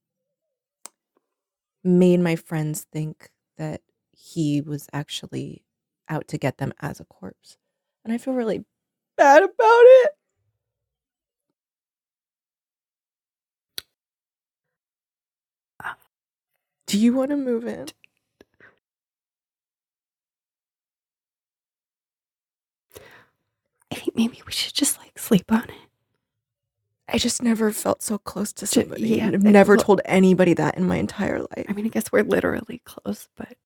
B: made my friends think that he was actually out to get them as a corpse. And I feel really bad about it.
C: Ah.
B: Do you want to move in?
C: I think maybe we should just like sleep on it.
B: I just never felt so close to
C: Ju-
B: somebody.
C: yeah,
B: and I've
C: it-
B: never
C: look-
B: told anybody that in my entire
C: I
B: life.
C: mean, I guess we're literally close, but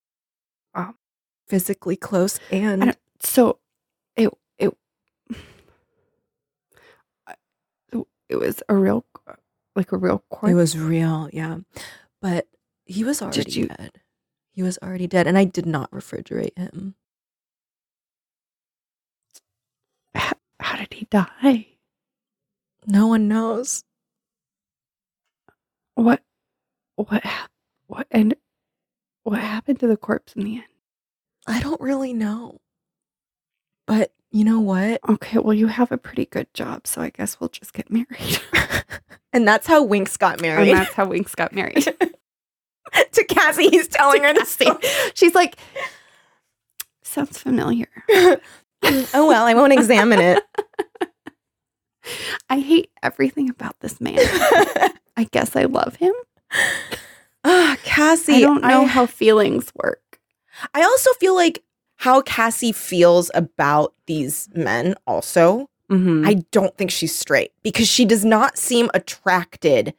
B: Physically close and
C: don't- so it it it was a real like a real court.
B: It was real, yeah. But he was already
C: you-
B: dead. He was already dead, and I did not refrigerate him.
C: how, how did he die?
B: No one knows.
C: What what hap- what and what happened to the corpse in the end?
B: I don't really know. But you know what?
C: Okay, well you have a pretty good job, so I guess we'll just get married.
B: And that's how Winks got
C: and
B: married
C: that's how Winks got married.
B: to Cassie. He's telling her the
C: Cassie.
B: story.
C: She's like, sounds familiar.
B: Oh well, I won't examine it.
C: I hate everything about this man. I guess I love him.
B: Ah, Cassie.
C: I don't know
B: I-
C: how feelings work.
B: I also feel like how Cassie feels about these men also.
C: Mm-hmm.
B: I don't think she's straight because she does not seem attracted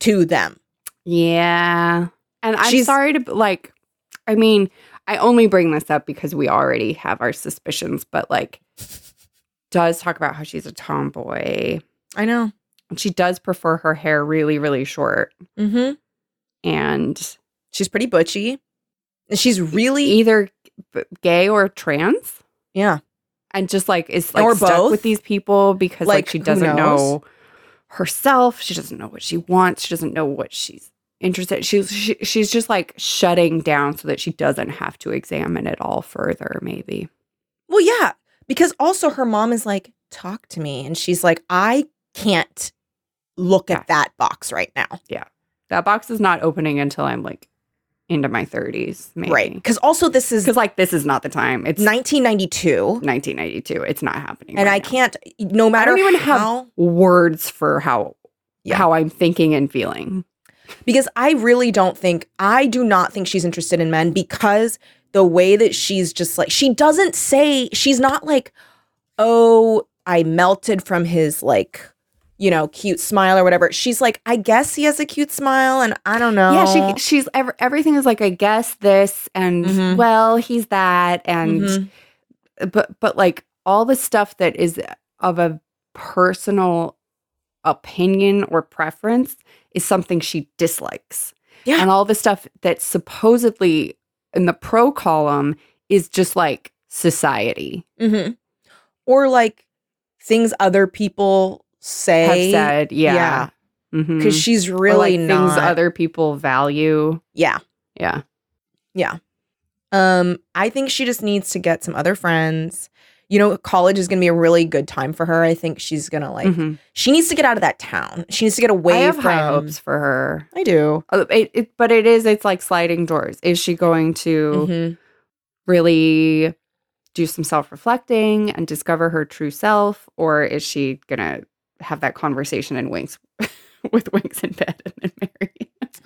B: to them.
C: yeah. And I'm
B: She's-
C: sorry to, like, I mean, I only bring this up because we already have our suspicions, but like, does talk about how she's a tomboy.
B: I know.
C: And she does prefer her hair really, really short.
B: Mm-hmm.
C: And
B: She's pretty butchy. And she's really
C: either b- gay or trans.
B: yeah.
C: and just like is like
B: Or
C: stuck
B: both.
C: with these people because like,
B: Like,
C: she
B: who
C: doesn't
B: knows?
C: know herself. She doesn't know what she wants. She doesn't know what she's interested. She's she, she's just like shutting down so that she doesn't have to examine it all further. Maybe
B: Well, yeah, because also her mom is like, "Talk to me," and she's like, "I can't look
C: Yeah.
B: at that box right now."
C: that box is not opening until I'm like into my thirties. Maybe.
B: Right? Because also this is
C: Because like this is not the time. It's
B: 1992,
C: 1992. It's not happening.
B: and
C: right
B: I
C: now.
B: can't. No matter
C: even have-
B: how
C: words for how
B: Yeah.
C: how I'm thinking and feeling.
B: because I really don't think I do not think she's interested in men because the way that she's just like she doesn't say she's not like oh I melted from his like you know cute smile or whatever she's like I guess he has a cute smile and I don't know
C: Yeah, she she's ev- everything is like I guess this and
B: Mhm.
C: well he's that and
B: Mhm.
C: but but like all the stuff that is of a personal opinion or preference is something she dislikes.
B: Yeah.
C: And all the stuff that's supposedly in the pro column is just like society
B: Mhm. or like things other people say
C: have said. Yeah.
B: yeah.
C: Mhm.
B: because she's
C: Or,
B: really
C: like,
B: not
C: things other people value.
B: yeah
C: Yeah.
B: Um, I think she just needs to get some other friends. You know, college is gonna be a really good time for her. I think she's gonna like
C: Mhm.
B: she needs to get out of that town. She needs to get away
C: I have
B: from
C: high hopes for her.
B: I do.
C: Uh, It, it, but it is, it's like sliding doors. Is she going to
B: Mhm.
C: really do some self reflecting and discover her true self? Or is she going to have that conversation in winks with winks in bed and then marry?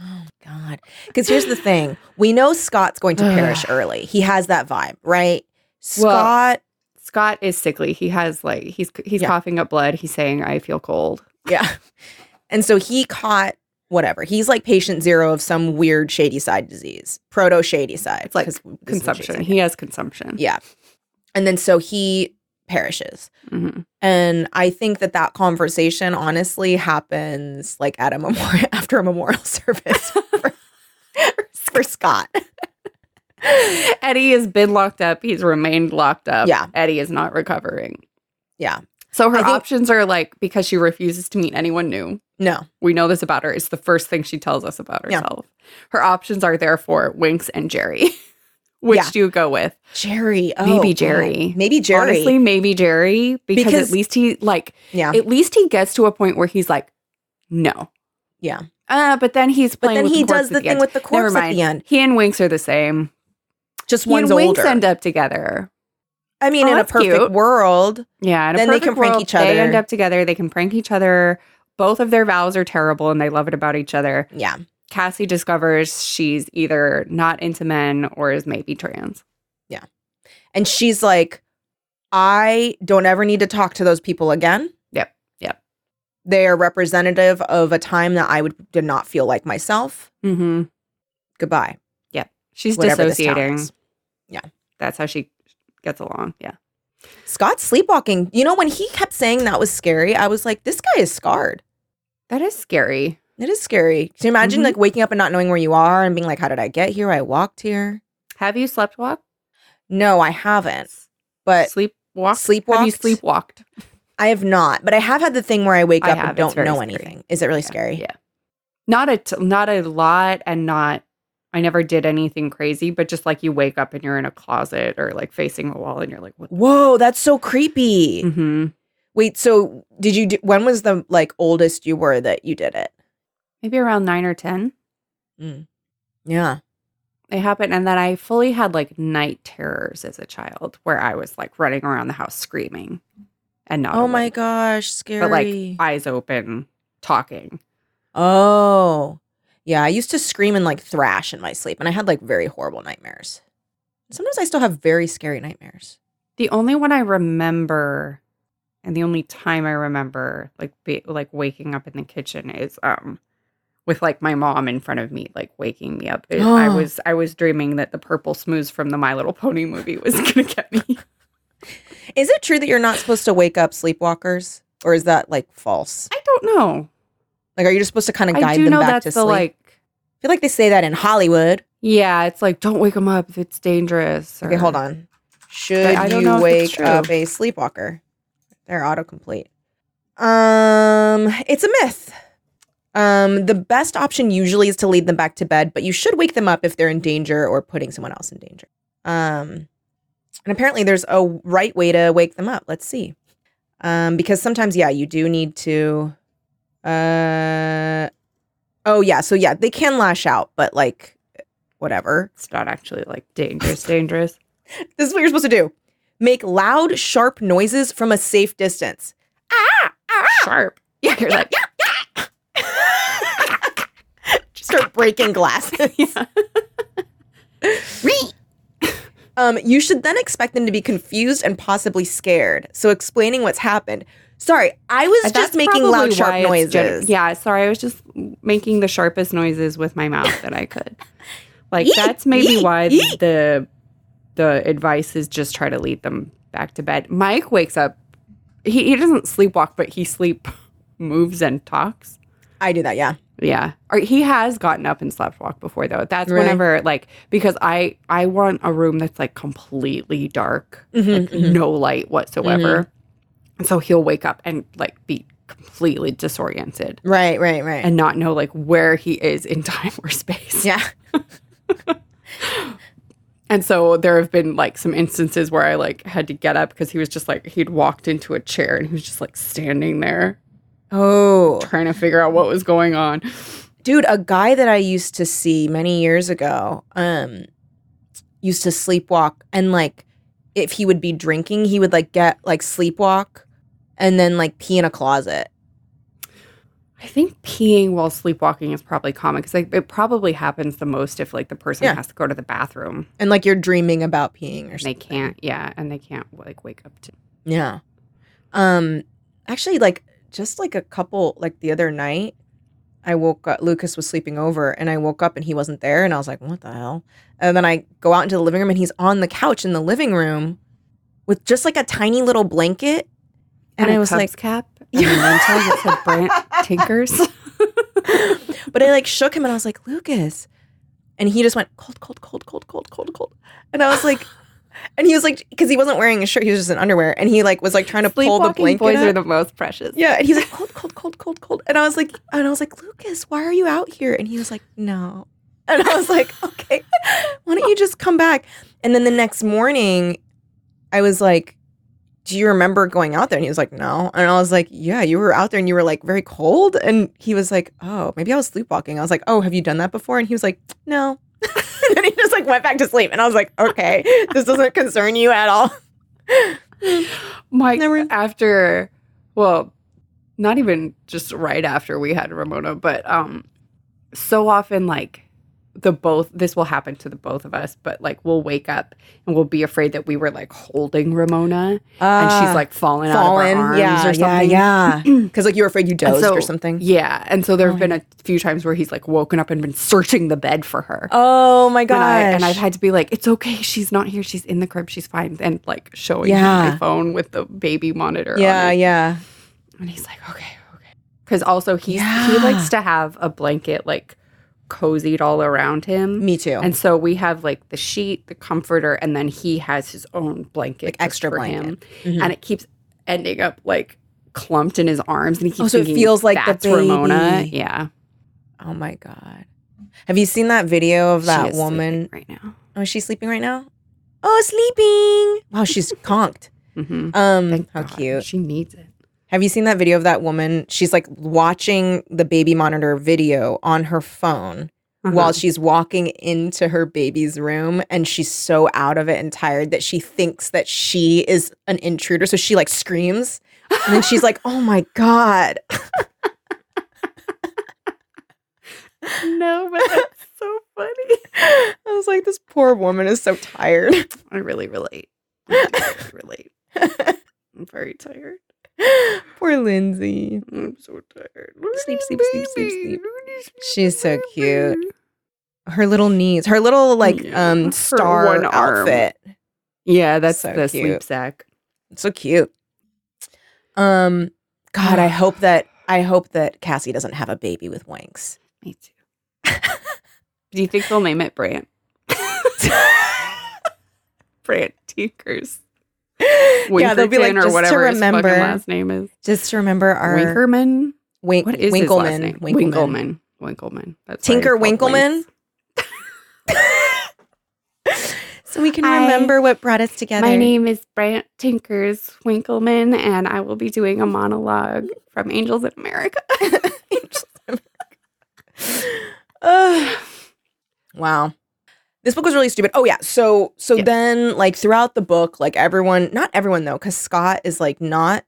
B: Oh god. Because here's the thing. We know Scott's going to perish early. He has that vibe, right?
C: Well-
B: Scott
C: Scott is sickly. He has like, he's, he's
B: Yeah.
C: coughing up blood. He's saying, I feel cold.
B: Yeah. And so he caught whatever. He's like patient zero of some weird shady side disease. Proto shady side.
C: It's like
B: 'cause this is what shady
C: Consumption.
B: side-
C: He has consumption.
B: Yeah. And then so he perishes.
C: Mhm.
B: And I think that that conversation honestly happens like at a memorial after a memorial service for, for Scott.
C: Eddie has been locked up. He's remained locked up.
B: Yeah.
C: Eddie is not recovering.
B: Yeah.
C: So her
B: I think-
C: options are like because she refuses to meet anyone new.
B: No.
C: We know this about her. It's the first thing she tells us about
B: Yeah.
C: herself. Her options are therefore Winks and Jerry. Which
B: Yeah.
C: do you go with?
B: Jerry. Oh,
C: Maybe
B: God.
C: Jerry.
B: Maybe Jerry.
C: Honestly, maybe Jerry because,
B: Because-
C: at least he like
B: yeah.
C: at least he gets to a point where he's like, no,
B: Yeah.
C: Uh, but then he's
D: But
C: playing
D: then
C: with
D: he
C: the corpse
D: does
C: at
D: the thing
C: end.
D: with the
C: Never
D: corpse at
C: mind.
D: the end.
C: He and Winks are the same.
D: Just
C: He
D: one's
C: and Winks
D: older.
C: end up together.
D: I mean,
C: Oh,
D: in a
C: that's
D: perfect
C: cute.
D: world,
C: Yeah, in a
D: Then they can
C: perfect
D: prank
C: world,
D: each
C: They end
D: other.
C: up together. They can prank each other. Both of their vows are terrible, and they love it about each other.
D: yeah.
C: Cassie discovers she's either not into men or is maybe trans.
D: And she's like, I don't ever need to talk to those people again.
C: Yep, yep.
D: They are representative of a time that I would did not feel like myself.
C: Mm-hmm.
D: Goodbye.
C: She's
D: whatever this town
C: dissociating.
D: is.
C: That's how she gets along. Yeah.
D: Scott's sleepwalking. You know, when he kept saying that was scary, I was like, this guy is scarred.
C: That is scary.
D: It is scary. Can you imagine
C: Mhm.
D: like waking up and not knowing where you are and being like, how did I get here? I walked here.
C: Have you slept walk?
D: No, I haven't. But
C: sleep walk?
D: sleepwalked?
C: Have you sleepwalked?
D: I have not. But I have had the thing where I wake
C: I
D: up
C: have.
D: and
C: It's
D: don't
C: very
D: know
C: scary.
D: anything. Is it really
C: Yeah,
D: scary?
C: Yeah. Not a t- not a lot and not I never did anything crazy, but just like you wake up and you're in a closet or like facing the wall and you're like, what?
D: Whoa, that's so creepy.
C: hmm
D: Wait, so did you do when was the like oldest you were that you did it?
C: Maybe around nine or 10.
D: Yeah.
C: It happened. And then I fully had like night terrors as a child where I was like running around the house screaming and not.
D: Oh my
C: awake,
D: gosh,
C: But
D: scary.
C: like eyes open, talking.
D: oh. Yeah, I used to scream and like thrash in my sleep and I had like very horrible nightmares. Sometimes I still have very scary nightmares.
C: The only one I remember, and the only time I remember, like be, like waking up in the kitchen is um with like my mom in front of me, like waking me up. It- I
D: Oh.
C: was I was dreaming that the purple smooze from the My Little Pony movie was gonna get me.
D: Is it true that you're not supposed to wake up sleepwalkers or is that like false?
C: I don't know.
D: Like are you just supposed to kind of
C: I
D: guide
C: do
D: them
C: know
D: back
C: that's
D: to
C: the
D: sleep?
C: like.
D: I feel like they say that in Hollywood.
C: Yeah, it's like don't wake them up if it's dangerous.
D: Okay,
C: or-
D: hold on. Should
C: But I don't
D: you
C: know if it's
D: wake
C: true.
D: up a sleepwalker? They're autocomplete. Um, it's a myth. Um, the best option usually is to lead them back to bed, but you should wake them up if they're in danger or putting someone else in danger. Um, and apparently there's a right way to wake them up. Let's see. Um, because sometimes, yeah, you do need to. Uh, oh yeah, so yeah, they can lash out, but like, whatever.
C: It's not actually like dangerous, dangerous.
D: This is what you're supposed to do. Make loud, sharp noises from a safe distance. Ah!
C: Sharp. Yeah, you're like
D: Just Start breaking glasses. um, you should then expect them to be confused and possibly scared. So explaining what's happened. Sorry, I was
C: That's
D: just making
C: probably
D: loud,
C: why
D: sharp
C: it's
D: noises.
C: gen- yeah, sorry, I was just making the sharpest noises with my mouth that I could. Like
D: Yeet,
C: that's maybe
D: yeet,
C: why
D: yeet.
C: the the advice is just try to lead them back to bed. Mike wakes up. He he doesn't sleepwalk, but he sleep moves and talks.
D: I do that, yeah.
C: Yeah. Or he has gotten up and slept walk before though. That's
D: Really?
C: whenever like because I I want a room that's like completely dark,
D: Mm-hmm,
C: like no light whatsoever. And so he'll wake up and like be completely disoriented
D: Right, right, right.
C: and not know like where he is in time or space.
D: yeah.
C: And so there have been like some instances where I like had to get up because he was just like he'd walked into a chair and he was just like standing there
D: Oh.
C: trying to figure out what was going on.
D: dude a guy that i used to see many years ago um used to sleepwalk and like if he would be drinking he would like get like sleepwalk and then like pee in a closet
C: I think peeing while sleepwalking is probably common because like, it probably happens the most if like the person
D: Yeah.
C: has to go to the bathroom
D: and like you're dreaming about peeing or
C: and they
D: something
C: can't. Yeah, and they can't like wake up to.
D: yeah um actually like just like a couple like the other night i woke up lucas was sleeping over and i woke up and he wasn't there and i was like what the hell and then i go out into the living room and he's on the couch in the living room with just like a tiny little blanket and,
C: a
D: i was
C: Cubs
D: like
C: cap and a mantle that said Brant Tinkers.
D: but i like shook him and i was like lucas and he just went cold cold cold cold cold cold cold and i was like and he was like because he wasn't wearing a shirt he was just in underwear and he like was like trying to pull the
C: Sleepwalking
D: blanket
C: boys
D: up.
C: are the most precious.
D: Yeah, and he's like cold, cold, cold, cold, cold, and I was like, and I was like, Lucas, why are you out here? And he was like, no, and I was like, okay, why don't you just come back? And then the next morning, I was like, do you remember going out there? And he was like, no. And I was like, yeah, you were out there and you were like very cold. And he was like, oh, maybe I was sleepwalking. I was like, oh, have you done that before? And he was like, no. and he just like went back to sleep. And I was like, okay, this doesn't concern you at all.
C: Mike,
D: Never-
C: after, well, not even just right after we had Ramona, but um, so often like the both this will happen to the both of us, but like we'll wake up and we'll be afraid that we were like holding Ramona and
D: Uh,
C: she's like Uh, fallen, out of our arms
D: yeah,
C: or something.
D: yeah, yeah. Because like you were afraid you dozed
C: so-
D: or something.
C: Yeah, and so there have been a few times where he's like woken up and been searching the bed for her.
D: Oh my
C: And, I,
D: god!
C: and I've had to be like, it's okay. She's not here. She's in the crib. She's fine. And like showing him
D: Yeah.
C: my phone with the baby monitor. on
D: yeah,
C: it.
D: yeah.
C: And he's like, okay, okay. Because also he's he
D: Yeah.
C: likes to have a blanket like cozied all around him.
D: Me too.
C: And so we have like the sheet, the comforter, and then he has his own blanket,
D: Like
C: just
D: extra
C: for
D: blanket.
C: him.
D: Mhm.
C: And it keeps ending up like clumped in his arms, and he keeps.
D: Oh, so it
C: thinking,
D: feels like the
C: That's Ramona.
D: baby.
C: Yeah,
D: oh my god! Have you seen that video of
C: She
D: that
C: is sleeping
D: woman?
C: right now.
D: Oh, is she sleeping right now? Oh, sleeping! Wow, she's conked.
C: Mm-hmm.
D: Um,
C: Thank
D: how
C: God.
D: cute.
C: She needs it.
D: Have you seen that video of that woman? She's like watching the baby monitor video on her phone
C: Uh-huh.
D: while she's walking into her baby's room and she's so out of it and tired that she thinks that she is an intruder. So she like screams and then she's like, oh my God.
C: no, but that's so funny.
D: I was like, this poor woman is so tired.
C: I really relate. I really relate. I'm very tired.
D: poor Lindsay.
C: I'm so tired.
D: Sleep, sleep, sleep, sleep, sleep. She's so cute. Her little knees, her little like
C: Yeah,
D: um
C: her
D: star
C: one arm.
D: outfit.
C: Yeah, that's
D: So
C: the
D: cute.
C: sleep sack.
D: So cute. Um, God, I hope that I hope that Cassie doesn't have a baby with Wanks.
C: Me too. Do you think they'll name it Brant? Brant Tinkers.
D: yeah, they'll be like
C: Winkerton
D: just
C: or whatever
D: to
C: his fucking
D: remember,
C: last name is.
D: just to remember our
C: Winkerman.
D: Wink,
C: What is
D: Winkleman,
C: his last name?
D: Winkleman,
C: Winkleman. Winkleman. That's why
D: Tinker
C: he's called
D: Winkleman.
C: Winks.
D: so we can
C: I-
D: remember what brought us together.
C: My name is Brant Tinkers Winkleman, and I will be doing a monologue from Angels in America.
D: Ugh. wow. This book was really stupid. Oh yeah. So so
C: Yeah.
D: then like throughout the book, like everyone, not everyone though, because Scott is like not.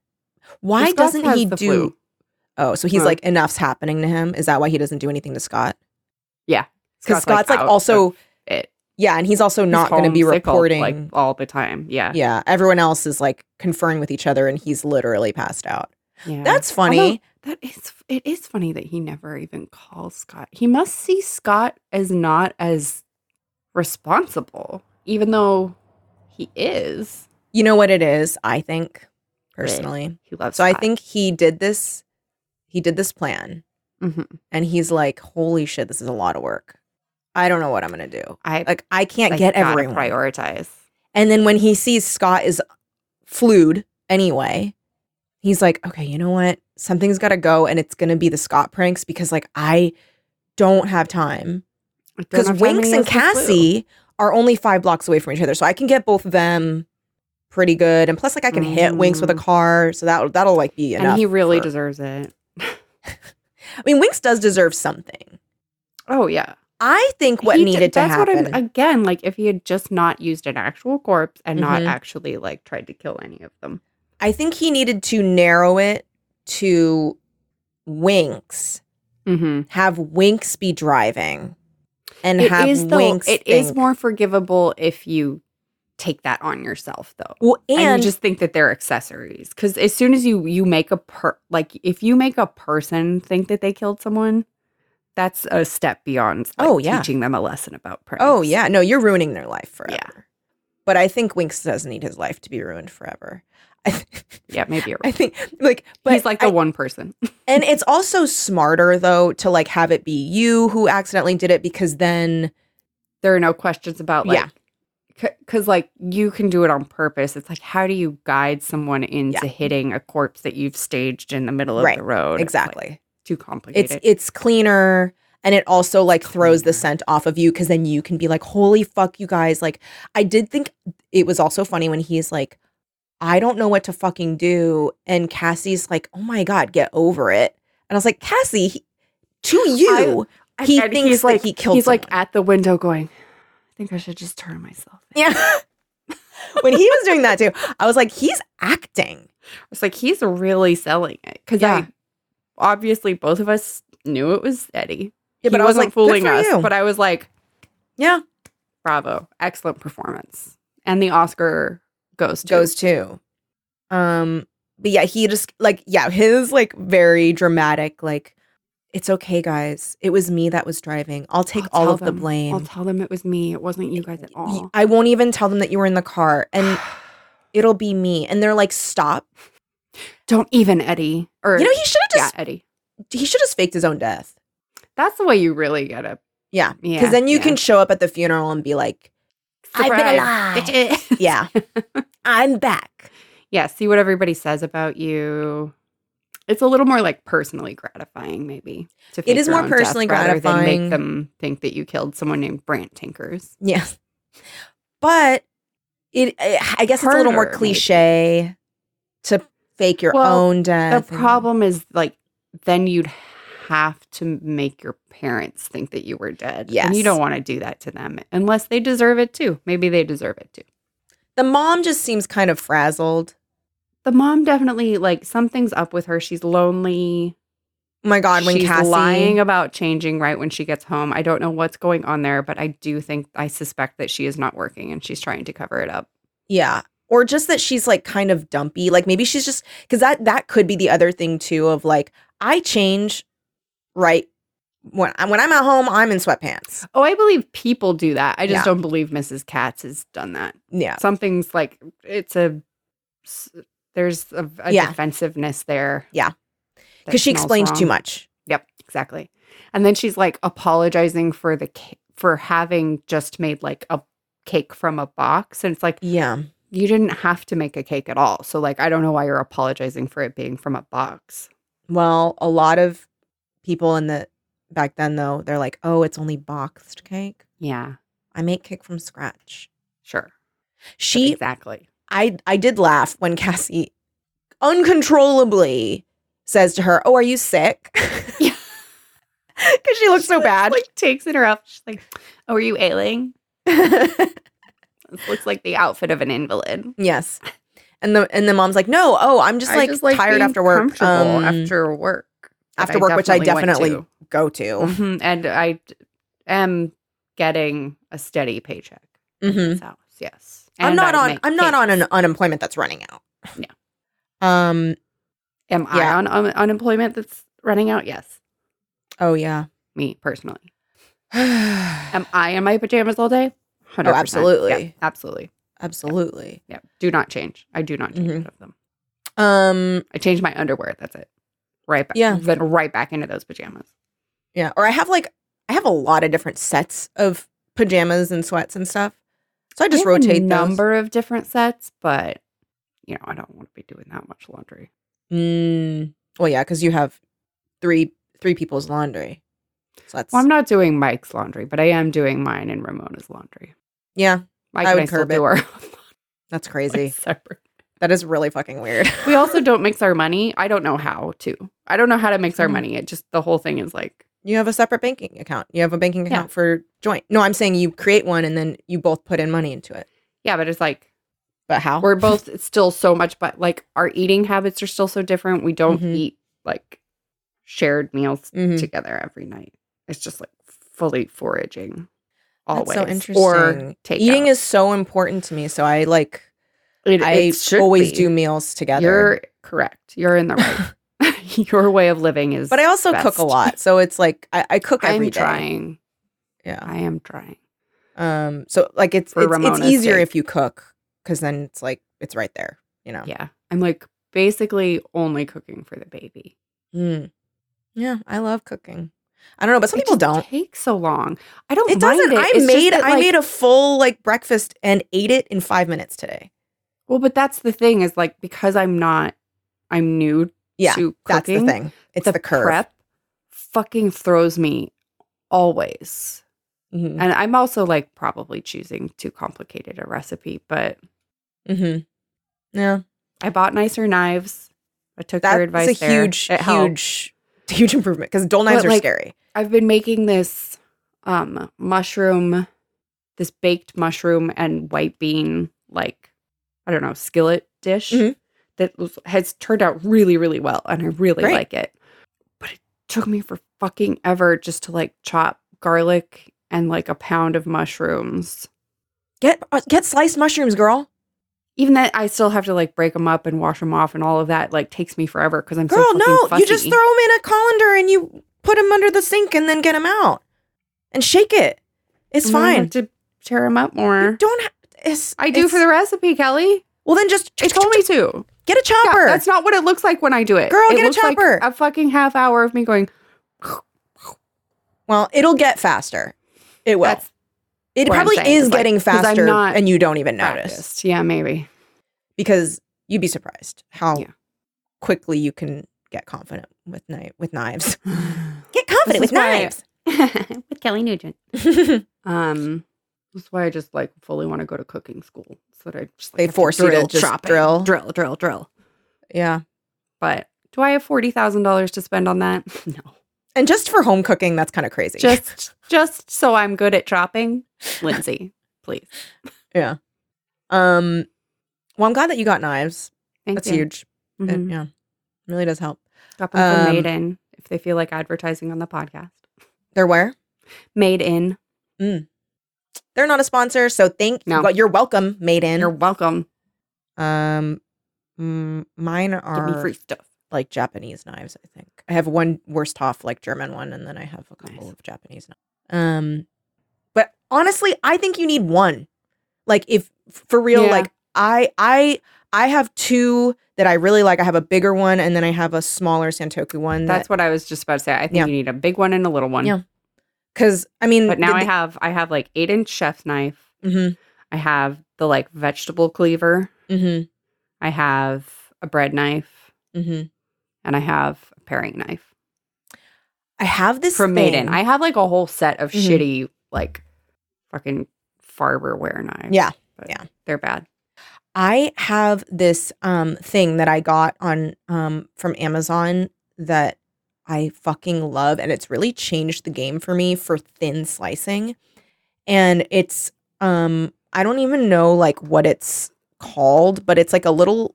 D: Why
C: Scott
D: doesn't
C: has
D: he
C: the
D: do?
C: flu.
D: Oh, so he's
C: Huh.
D: like enough's happening to him. Is that why he doesn't do anything to Scott? Because
C: Scott's,
D: Scott's like,
C: out
D: also
C: of it.
D: yeah, and he's also not going to be reporting.
C: like all the time. Yeah,
D: yeah, everyone else is like conferring with each other, and he's literally passed out.
C: Yeah.
D: That's funny.
C: Although, that is it is funny that he never even calls Scott. He must see Scott as not as responsible, even though he is.
D: you know what it is? I think personally.
C: He loves.
D: So I
C: Scott.
D: think he did this. He did this plan,
C: Mhm.
D: and he's like, "Holy shit, this is a lot of work. I don't know what I'm gonna do.
C: I like,
D: Like, I can't get
C: gotta
D: everyone."
C: prioritize.
D: And then when he sees Scott is flued anyway, he's like, okay, you know what? Something's got to go and it's going to be the Scott pranks because like I don't have time.
C: I don't
D: Because
C: have time
D: Winks
C: to
D: and
C: use the flu.
D: Cassie are only five blocks away from each other. So I can get both of them pretty good. And plus, like I can hit Winks with a
C: Mm.
D: car. So that, that'll like be enough.
C: and he really
D: for-
C: deserves it.
D: I mean, Winks does deserve something.
C: Oh yeah,
D: I think what
C: He d-
D: needed to happen.
C: What I'm, again, like if he had just not used an actual corpse and not
D: Mhm.
C: actually like tried to kill any of them.
D: I think he needed to narrow it to Winks
C: Mm-hmm.
D: have Winks be driving and
C: It
D: have
C: is though.
D: Winks.
C: it is
D: think-
C: more forgivable if you take that on yourself, though.
D: Well, and,
C: And, you just think that they're accessories because as soon as you you make a per like if you make a person think that they killed someone, that's a step beyond. like,
D: Oh, yeah.
C: teaching them a lesson about pranks.
D: oh yeah, no, you're ruining their life forever.
C: Yeah.
D: But I think Winks does need his life to be ruined forever. I, th-
C: yeah, maybe. You're
D: I
C: right.
D: think like, but
C: He's like the
D: I-
C: one person.
D: and it's also smarter though to like have it be you who accidentally did it because then
C: there are no questions about like
D: Yeah.
C: because like you can do it on purpose it's like how do you guide someone into hitting a corpse that you've staged in the middle of
D: Right.
C: the road It's, like,
D: exactly
C: too
D: it's
C: complicated
D: it's cleaner and it also like throws
C: cleaner.
D: the scent off of you because then you can be like holy fuck you guys like i did think it was also funny when he's like I don't know what to fucking do. And Cassie's like, oh my God, get over it. And I was like, Cassie, he- to you. He
C: And
D: thinks that
C: like
D: he killed
C: He's like
D: someone.
C: at the window going, I think I should just turn myself. In.
D: yeah. when he was doing that too, I was like, he's acting.
C: It's like he's really selling it because I
D: Yeah.
C: obviously both of us knew it was Eddie.
D: Yeah,
C: He
D: but I was
C: wasn't
D: like, good
C: fooling
D: for
C: us.
D: you.
C: But I was like,
D: Yeah.
C: bravo, excellent performance, and the Oscar goes to
D: goes too. Um, but yeah, he just like yeah, his like very dramatic like, it's okay, guys. It was me that was driving. I'll take
C: I'll
D: all
C: tell
D: of the
C: them.
D: blame.
C: I'll tell them it was me. It wasn't you guys at all.
D: I won't even tell them that you were in the car, and it'll be me. And they're like, stop.
C: Don't even Eddie or
D: You know, he should have
C: yeah
D: just
C: Eddie.
D: he should have faked his own death.
C: That's the way you really get it.
D: Yeah,
C: Yeah,
D: because then you
C: yeah.
D: can show up at the funeral and be like,
C: I've been alive.
D: yeah, I'm back.
C: yeah, see what everybody says about you. It's a little more like personally gratifying, maybe. To fake
D: is
C: your
D: more
C: own death
D: personally
C: rather than
D: gratifying.
C: make them think that you killed someone named Brant Tinkers.
D: Yeah, but it I I guess it's a little more
C: Harder, maybe.
D: cliche to fake your
C: Well,
D: own death.
C: the
D: and-
C: problem is like then you'd have to make your parents think that you were dead. And you
D: Yes.
C: don't want to do that to them unless they deserve it too. Maybe they deserve it too.
D: the mom just seems kind of frazzled.
C: The mom definitely like something's up with her. She's lonely.
D: Oh my god, when
C: she's
D: Cassie
C: lying about changing right when she gets home. I don't know what's going on there, but I do think I suspect that she is not working and she's trying to cover it up.
D: Yeah. Or just that she's like kind of dumpy. Like maybe she's just cuz that that could be the other thing too of like I change right when I- when I'm at home I'm in sweatpants.
C: Oh, I believe people do that. I just
D: Yeah.
C: don't believe Mrs. Katz has done that.
D: Yeah.
C: Something's like it's a s- there's a, a
D: Yeah.
C: defensiveness there.
D: Yeah.
C: that
D: Cuz she
C: smells
D: explains too
C: wrong.
D: much.
C: Yep, exactly. And then she's like apologizing for the ca- for having just made like a cake from a box and it's like
D: Yeah.
C: you didn't have to make a cake at all. So like I don't know why you're apologizing for it being from a box.
D: Well, a lot of people in the back then though, they're like, "Oh, it's only boxed cake.
C: Yeah,
D: I make cake from scratch."
C: sure.
D: She
C: exactly.
D: I I did laugh when Cassie uncontrollably says to her, "Oh, are you sick?"
C: Yeah.
D: Cuz she looks so bad.
C: Like takes it her off. She's like, "Oh, are you ailing? This looks like the outfit of an invalid."
D: yes. And the and the mom's like, "No, oh, I'm just
C: I
D: like, tired
C: being
D: after work.
C: comfortable
D: Um,
C: after work.
D: after work, which I definitely go to."
C: hmm and I d- am getting a steady paycheck.
D: Mhm.
C: This house, yes.
D: I'm
C: And
D: not
C: I
D: on
C: make
D: I'm not
C: cake.
D: on an unemployment that's running out.
C: Yeah.
D: Um
C: Am I
D: yeah.
C: on un- unemployment that's running out? Yes,
D: oh yeah.
C: me personally.
D: Am-
C: Am I in my pajamas all day? 100%. Yeah,
D: Oh, absolutely.
C: absolutely.
D: Absolutely.
C: Yeah. Do not change. I do not change
D: Mhm.
C: out of them.
D: Um
C: I change my underwear. That's it. Right back.
D: Yeah.
C: Then right back into those pajamas.
D: Yeah. Or I have like I have a lot of different sets of pajamas and sweats and stuff. So I just
C: I have
D: rotate
C: a
D: those.
C: number of different sets, but you know, I don't want to be doing that much laundry.
D: Mm, well, yeah, because you have three three people's laundry. So that's
C: Well, I'm not doing Mike's laundry, but I am doing mine and Ramona's laundry.
D: yeah,
C: Mike
D: I
C: and
D: would
C: I still
D: curb
C: do
D: it.
C: our
D: that's crazy.
C: separate.
D: That is really fucking weird.
C: We also don't mix our money. I don't know how to. I don't know how to mix our
D: Mm.
C: money. It just the whole thing is like
D: you have a separate banking account. You have a banking
C: Yeah.
D: account for joint. No, I'm saying you create one and then you both put in money into it.
C: yeah, but it's like
D: But how?
C: we're both still so much but like our eating habits are still so different we don't
D: Mhm.
C: eat like shared meals
D: Mhm.
C: together every night it's just like fully foraging
D: That's
C: always
D: so
C: or
D: interesting.
C: take
D: Eating is so important to me, so I like I always do meals together.
C: you're correct you're in the right your way of living is
D: but I also cook
C: best.
D: a lot, so it's like I, I cook every
C: i'm
D: day. Oh.
C: trying
D: Yeah.
C: i am trying
D: Um. So like it's
C: For
D: it's, it's
C: Ramona's
D: easier
C: sake.
D: if you cook because then it's like it's right there. You know.
C: yeah i'm like basically only cooking for the baby
D: Mm. Yeah. I love cooking. I don't know, but some
C: It
D: people
C: just
D: don't.
C: takes so long i don't
D: It
C: mind
D: doesn't. I
C: It's just
D: made
C: that,
D: I
C: like,
D: made a full like breakfast and ate it in five minutes today.
C: Well, but that's the thing is like because I'm not, I'm new
D: Yeah,
C: to
D: That's the
C: cooking.
D: thing. It's the, curve.
C: prep fucking throws me always,
D: Mm-hmm.
C: and I'm also like probably choosing too complicated a recipe, but
D: Mm-hmm. Yeah.
C: I bought nicer knives. I took
D: That's
C: your advice.
D: a
C: there.
D: huge,
C: It helped.
D: huge, huge improvement because dull knives
C: But,
D: are
C: like,
D: scary.
C: I've been making this um mushroom, this baked mushroom and white bean like I don't know skillet dish
D: Mhm.
C: that was, has turned out really really well, and I really
D: Great.
C: like it. But it took me for fucking ever just to like chop garlic and like a pound of mushrooms.
D: Get uh, get sliced mushrooms, girl.
C: Even that, I still have to like break them up and wash them off, and all of that like takes me forever because I'm
D: Girl,
C: so fucking
D: no,
C: fussy.
D: you just throw them in a colander and you put them under the sink and then get them out and shake it. It's
C: I'm gonna have
D: fine.
C: Mm-hmm. to tear them up more.
D: Don't. Ha- it's,
C: Oh I do for
D: it's-
C: the recipe, Kelly.
D: Well, then just
C: It told me to.
D: get a
C: Yeah,
D: chopper.
C: that's not what it looks like when I do it.
D: Girl,
C: it
D: get a
C: looks like
D: chopper.
C: a fucking half hour of me going.
D: well, it'll get faster. It will.
C: That's
D: it
C: what I'm
D: probably
C: saying
D: is
C: is, like,
D: getting
C: 'cause I'm
D: faster,
C: not
D: and you don't even notice
C: practiced. Yeah, maybe.
D: because you'd be surprised how
C: Yeah.
D: quickly you can get confident with knife with knives.
C: with
D: Get confident
C: This is
D: with
C: why-
D: knives.
C: Kelly Nugent. Um, that's why I just like fully want to go to cooking school so that I just like,
D: They
C: have to
D: force you to
C: drill, just
D: chop it.
C: drill, drill, drill, drill.
D: yeah.
C: But do I have forty thousand dollars to spend on that? No.
D: And just for home cooking, that's kind of crazy.
C: Just, just so I'm good at chopping, Lindsay. Please.
D: um well, I'm glad that you got knives.
C: Thank
D: That's
C: you.
D: huge. It-
C: Mhm.
D: yeah. Really does help.
C: Got them from
D: Um,
C: Made In if they feel like advertising on the podcast.
D: They're where?
C: Made In.
D: They're not a sponsor, so thank
C: No.
D: well, you're welcome, Maiden.
C: You're welcome.
D: um mm, mine are
C: Give me free stuff.
D: like Japanese knives, I think. I have one worst off like German one and then I have a couple
C: Nice.
D: of Japanese knives. Um but honestly, I think you need one. Like if for real
C: Yeah.
D: like I I I have two that I really like. I have a bigger one and then I have a smaller Santoku one
C: That's
D: that
C: what I was just about to say. I think
D: Yeah.
C: you need a big one and a little one.
D: Yeah. Mm, cuz I mean
C: But now I have I have like eight inch chef's knife.
D: Mhm.
C: I have the like vegetable cleaver. Mm-hmm,
D: Mhm.
C: I have a bread knife
D: Mhm.
C: and I have a paring knife
D: I have this
C: from Maiden.
D: thing-
C: I have like a whole set of
D: Mhm.
C: shitty like fucking farberware knives.
D: Yeah.
C: But
D: Yeah.
C: They're bad.
D: I have this um thing that I got on um from Amazon that I fucking love and it's really changed the game for me for thin slicing. And it's um I don't even know like what it's called, but it's like a little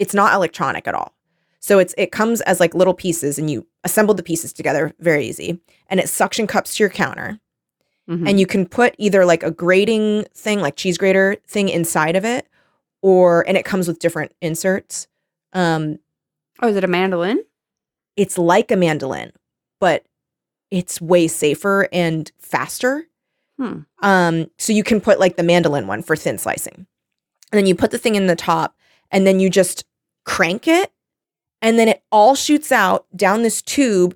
D: it's not electronic at all. So it's it comes as like little pieces and you assemble the pieces together very easy and it suction cups to your counter
C: Mhm.
D: and you can put either like a grating thing like cheese grater thing inside of it or and it comes with different inserts um
C: oh, is it a mandolin?
D: it's like a mandolin but it's way safer and faster
C: Hmm.
D: um so you can put like the mandolin one for thin slicing and then you put the thing in the top and then you just crank it and then it all shoots out down this tube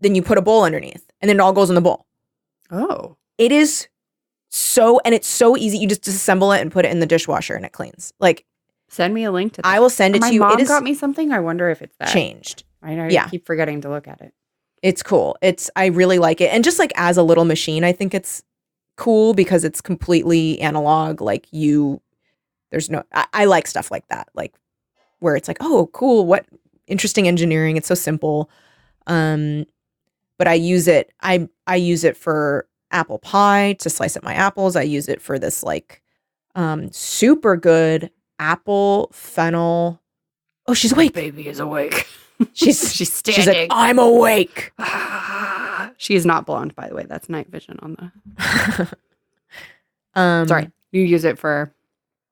D: then you put a bowl underneath and then it all goes in the bowl
C: Oh.
D: it is so and it's so easy you just disassemble it and put it in the dishwasher and it cleans like
C: Send me a link to that.
D: i will send it
C: My
D: to you
C: mom
D: it is
C: got me something. I wonder if it's that.
D: changed
C: I know.
D: Yeah.
C: I keep forgetting to look at it.
D: it's cool it's i really like it and just like as a little machine i think it's cool because it's completely analog like you there's no i, I like stuff like that like where it's like oh cool what interesting engineering it's so simple um but i use it i i use it for apple pie to slice up my apples i use it for this like um super good apple fennel oh she's awake
C: baby is awake.
D: she's
C: She's
D: she's like
C: standing.
D: i'm awake
C: she is not blonde, by the way. That's night vision on the.
D: um
C: Sorry, you use it for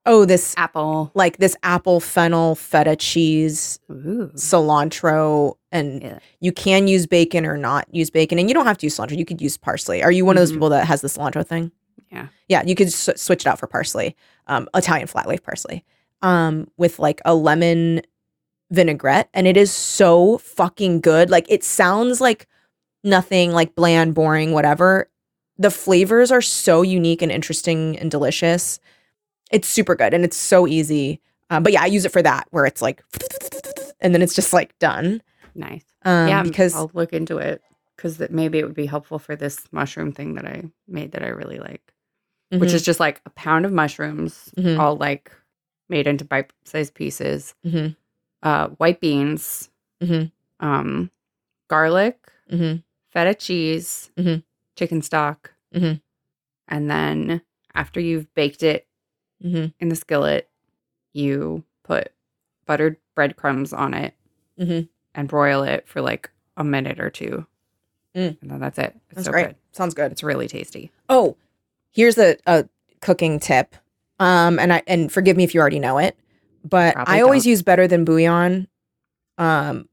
D: oh this
C: apple.
D: like this apple fennel feta cheese
C: Ooh.
D: cilantro and
C: Yeah.
D: you can use bacon or not use bacon and you don't have to use cilantro you could use parsley are you one of those
C: Mhm.
D: people that has the cilantro thing
C: Yeah.
D: yeah you could s- switch it out for parsley um italian flat leaf parsley um with like a lemon vinaigrette and it is so fucking good like it sounds like nothing like bland boring whatever the flavors are so unique and interesting and delicious it's super good and it's so easy um, but yeah i use it for that where it's like and then it's just like done
C: Nice.
D: um
C: yeah,
D: because
C: I'll look into it because maybe it would be helpful for this mushroom thing that I made that I really like, which
D: Mhm.
C: is just like a pound of mushrooms,
D: Mhm.
C: all like made into bite-sized pieces,
D: Mhm.
C: uh, white beans,
D: Mhm.
C: um, garlic,
D: Mm-hmm.
C: feta cheese,
D: Mhm.
C: chicken stock,
D: Mhm.
C: and then after you've baked it
D: Mm-hmm.
C: in the skillet, you put buttered breadcrumbs on it
D: Mhm.
C: and broil it for like a minute or two,
D: Mm.
C: and then that's it. It's
D: That's
C: so
D: great.
C: good.
D: Sounds good.
C: It's really tasty.
D: Oh, here's a, a cooking tip. Um, and I and forgive me if you already know it, but
C: Probably
D: I always
C: don't.
D: use better than bouillon. Um,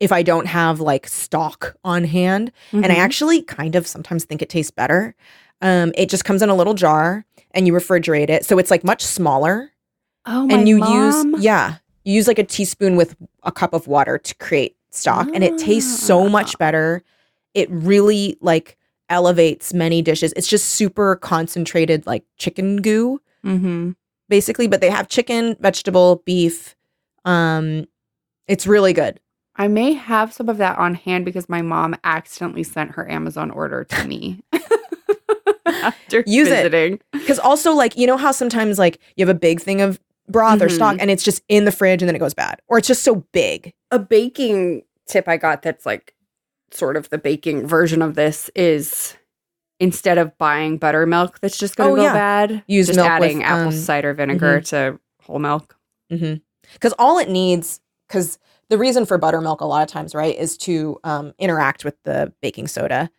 D: if I don't have like stock on hand, and I
C: Mhm.
D: actually kind of sometimes think it tastes better. Um, it just comes in a little jar, and you refrigerate it, so it's like much smaller.
C: oh
D: and you
C: mom.
D: use yeah, you use like a teaspoon with a cup of water to create stock, and it tastes so much better. It really like elevates many dishes. It's just super concentrated like chicken goo
C: Mm-hmm.
D: basically, but they have chicken, vegetable, beef. Um, it's really good.
C: I may have some of that on hand because my mom accidentally sent her Amazon order to me. After
D: Use it.
C: visiting.
D: Because also, like, you know how sometimes, like, you have a big thing of broth or stock and it's just in the fridge and then it goes bad, or it's just so big.
C: a baking tip I got that's like sort of the baking version of this is instead of buying buttermilk that's just going to
D: Oh,
C: go
D: yeah.
C: bad,
D: Use
C: just
D: milk
C: adding
D: with,
C: apple
D: um, mm-hmm.
C: cider vinegar to whole milk.
D: Because all it needs, because the reason for buttermilk a lot of times, right, is to um, interact with the baking soda.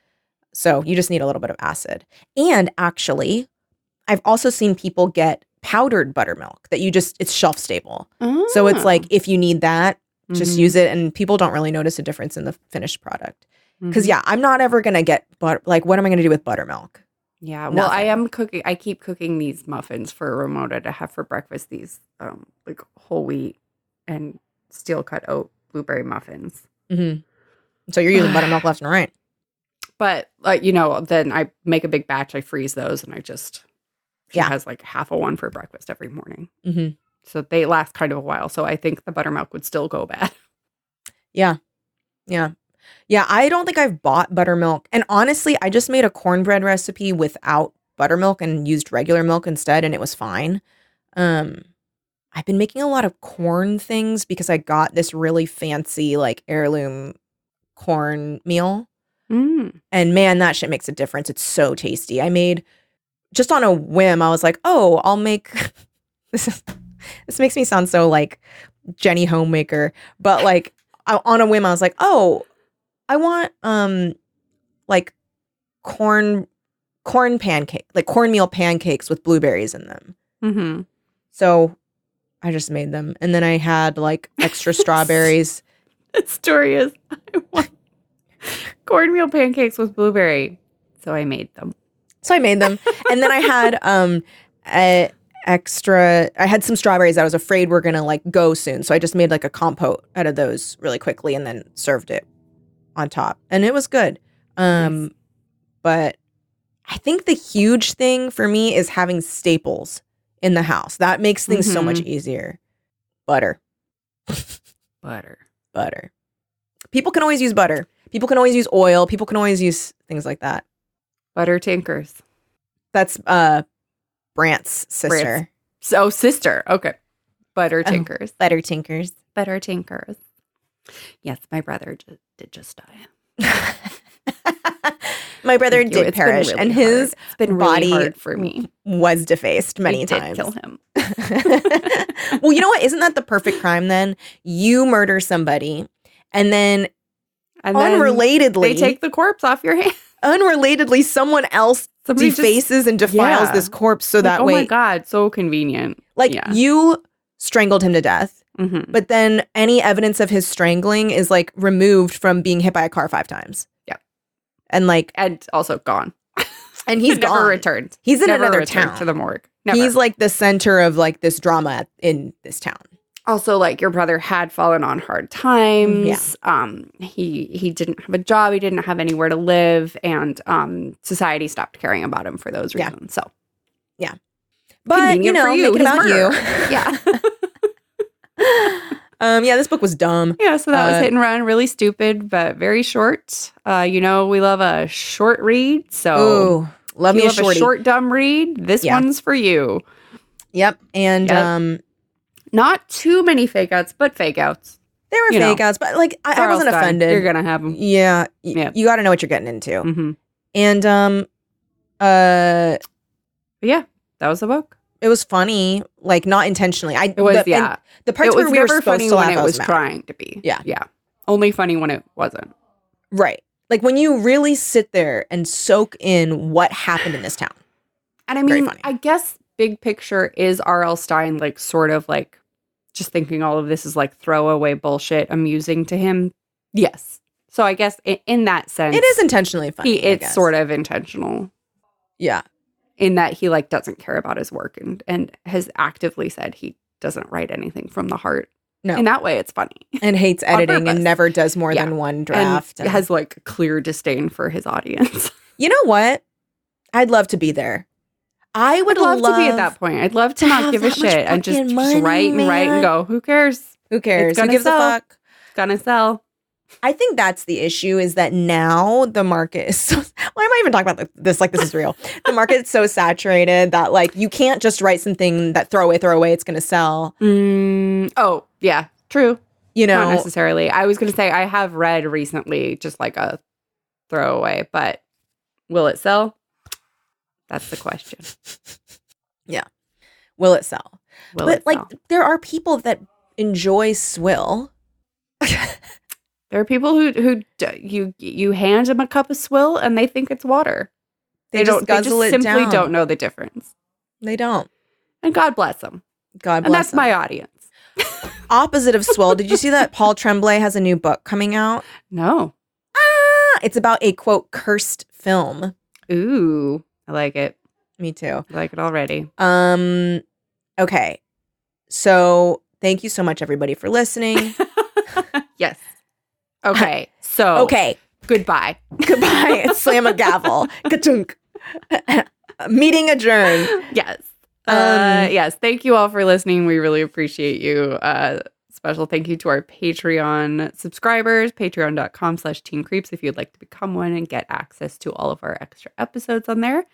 D: So you just need a little bit of acid. And actually, I've also seen people get powdered buttermilk that you just, it's shelf stable. So it's like
C: Hmm.
D: if you need that, just
C: Mm-hmm.
D: use it. And people don't really notice a difference in the finished product. Because
C: Mm-hmm.
D: yeah, I'm not ever gonna get but like what am I gonna do with buttermilk?
C: yeah, well I
D: nothing.
C: am cooking I keep cooking these muffins for Ramona to have for breakfast these um like whole wheat and steel cut oat blueberry muffins.
D: Mm-hmm. So you're using buttermilk left and right.
C: But like you know, then I make a big batch. I freeze those, and I just she
D: Yeah.
C: has like half a one for breakfast every morning.
D: Mm-hmm.
C: So they last kind of a while. So I think the buttermilk would still go bad.
D: Yeah, yeah. I don't think I've bought buttermilk, and honestly, I just made a cornbread recipe without buttermilk and used regular milk instead, and it was fine. Um, I've been making a lot of corn things because I got this really fancy like heirloom corn meal.
C: Mm.
D: And man, that shit makes a difference. It's so tasty. I made just on a whim, I was like, oh, I'll make this is this makes me sound so like Jenny Homemaker, but like I, on a whim, I was like, oh, I want um like corn corn pancake, like cornmeal pancakes with blueberries in them.
C: Mm-hmm.
D: So I just made them. And then I had like extra strawberries.
C: That story is I want cornmeal pancakes with blueberry. So I made them.
D: So I made them, and then I had um, a extra. I had some strawberries that I was afraid were gonna like go soon, so I just made like a compote out of those really quickly, and then served it on top, and it was good. Um,
C: Nice.
D: but I think the huge thing for me is having staples in the house. That makes things so much easier. Butter,
C: Butter.
D: butter. People can always use butter. People can always use oil. People can always use things like that.
C: Butter tinkers.
D: That's uh, Brant's sister.
C: So sister. Okay. Butter
D: Oh.
C: tinkers.
D: Letter tinkers.
C: Butter tinkers. Yes, my brother ju- did just die.
D: My brother
C: Thank you.
D: did
C: It's been
D: perish,
C: really
D: and
C: hard.
D: his
C: it's been
D: body
C: really hard for me
D: was defaced many
C: I did
D: times.
C: Kill him.
D: well, you know what? Isn't that the perfect crime then? You murder somebody, and then
C: And then
D: unrelatedly,
C: they take the corpse off your hand.
D: unrelatedly, someone else
C: Somebody just-
D: defaces and defiles
C: yeah.
D: this corpse so
C: Like,
D: that
C: oh
D: way,
C: my god, so convenient.
D: like
C: yeah.
D: you strangled him to death,
C: hmm
D: but then any evidence of his strangling is like removed from being hit by a car five times.
C: Yep.
D: and like,
C: And also gone.
D: and he's
C: never
D: gone.
C: returned.
D: He's in
C: never
D: another
C: returned
D: town.
C: to the morgue. Never.
D: He's like the center of like this drama in this town.
C: also like your brother had fallen on hard times.
D: Yeah.
C: Um. He he didn't have a job. He didn't have anywhere to live, and um, society stopped caring about him for those
D: Yeah.
C: reasons. So
D: But you
C: Convenient for
D: know,
C: you,
D: make it
C: his
D: about
C: murderer.
D: you.
C: yeah,
D: um, yeah, this book was dumb.
C: yeah. So that
D: Uh,
C: was hit and run. Really stupid, but very short. Uh, you know we love a short read. So.
D: Ooh, love
C: If
D: me
C: Oh. you
D: a
C: love
D: shorty.
C: a short dumb read, this
D: Yeah.
C: one's for you.
D: yep, and
C: Yep.
D: um,
C: Not too many fake outs, but fake outs.
D: There were
C: You know.
D: fake outs, but like I, I
C: Carl
D: wasn't
C: Stein,
D: offended.
C: You're gonna have them.
D: yeah, y-
C: Yeah.
D: you got to know what you're getting into.
C: hmm
D: And um, uh,
C: But yeah, that was the book.
D: it was funny, like not intentionally. I
C: It was
D: the, and
C: yeah.
D: the parts
C: it was
D: where we were
C: never
D: supposed
C: funny
D: to laugh,
C: when
D: I
C: it was
D: mad.
C: trying to be.
D: Yeah.
C: yeah. Only funny when it wasn't.
D: Right. Like when you really sit there and soak in what happened in this town.
C: And I
D: Very
C: mean,
D: funny.
C: I guess big picture is R.L. Stein like sort of like just thinking all of this is like throwaway bullshit amusing to him. Yes. So I guess in, in that sense,
D: It is intentionally funny.
C: He, it's sort of intentional
D: Yeah.
C: in that he like doesn't care about his work and and has actively said he doesn't write anything from the heart.
D: No.
C: In that way, it's funny.
D: And hates editing and
C: purpose.
D: never does more
C: Yeah.
D: than one draft.
C: and
D: and-
C: has like clear disdain for his audience.
D: you know what? I'd love to be there. I would
C: I'd love, to be at that point. I'd love to,
D: to have
C: not give a
D: that much
C: shit and just,
D: fucking
C: just
D: money,
C: write and write
D: man.
C: and go. Who cares?
D: Who cares? Who
C: gonna
D: gives a
C: sell.
D: fuck?
C: It's gonna sell.
D: I think that's the issue is that now the market is so, why am I even talking about this like this is real? the market's so saturated that like you can't just write something that throw away, throw away, it's gonna sell.
C: Mm, oh yeah, true.
D: You
C: Not
D: know,
C: necessarily. I was gonna say I have read recently just like a throwaway, but will it sell? That's the question.
D: will it sell?
C: Will
D: but
C: it
D: like
C: sell?
D: there are people that enjoy swill
C: There are people who who d- you you hand them a cup of swill and they think it's water.
D: they, just
C: don't.
D: guzzle
C: they
D: it
C: just simply
D: down.
C: don't know the difference.
D: they don't
C: And God bless them.
D: god bless
C: and that's
D: them.
C: my audience.
D: opposite of swill did you see that paul tremblay has a new book coming out
C: No.
D: ah, it's about a quote cursed film
C: Ooh, I like it.
D: me too
C: I like it already.
D: um okay so thank you so much everybody for listening
C: yes. Okay. So
D: okay
C: Goodbye.
D: goodbye slam a gavel Ka-chunk. meeting adjourned
C: yes. uh,
D: Um,
C: yes. Thank you all for listening. We really appreciate you. Uh, special thank you to our Patreon subscribers, patreon.com slash teen creeps if you'd like to become one and get access to all of our extra episodes on there.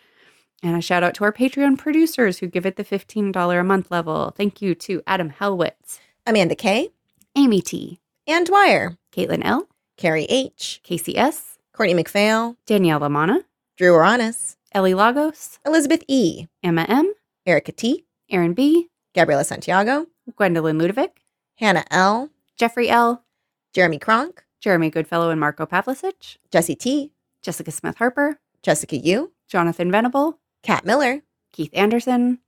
C: And a shout out to our Patreon producers who give it the $15 a month level. Thank you to Adam Helwitz,
D: amanda k
C: Amy T,
D: and dwyer
C: Caitlin L,
D: carrie h
C: Casey S,
D: courtney mcphail
C: Danielle Lamana,
D: drew oranis
C: Ellie Lagos,
D: Elizabeth E.,
C: Emma M,
D: Erica T.,
C: Aaron B,
D: Gabriela Santiago,
C: Gwendolyn Ludovic,
D: Hannah L.,
C: Jeffrey L,
D: Jeremy Kronk,
C: Jeremy Goodfellow and Marco Pavlicic,
D: Jesse T.,
C: Jessica Smith Harper,
D: Jessica U.,
C: Jonathan Venable,
D: Kat Miller,
C: Keith Anderson,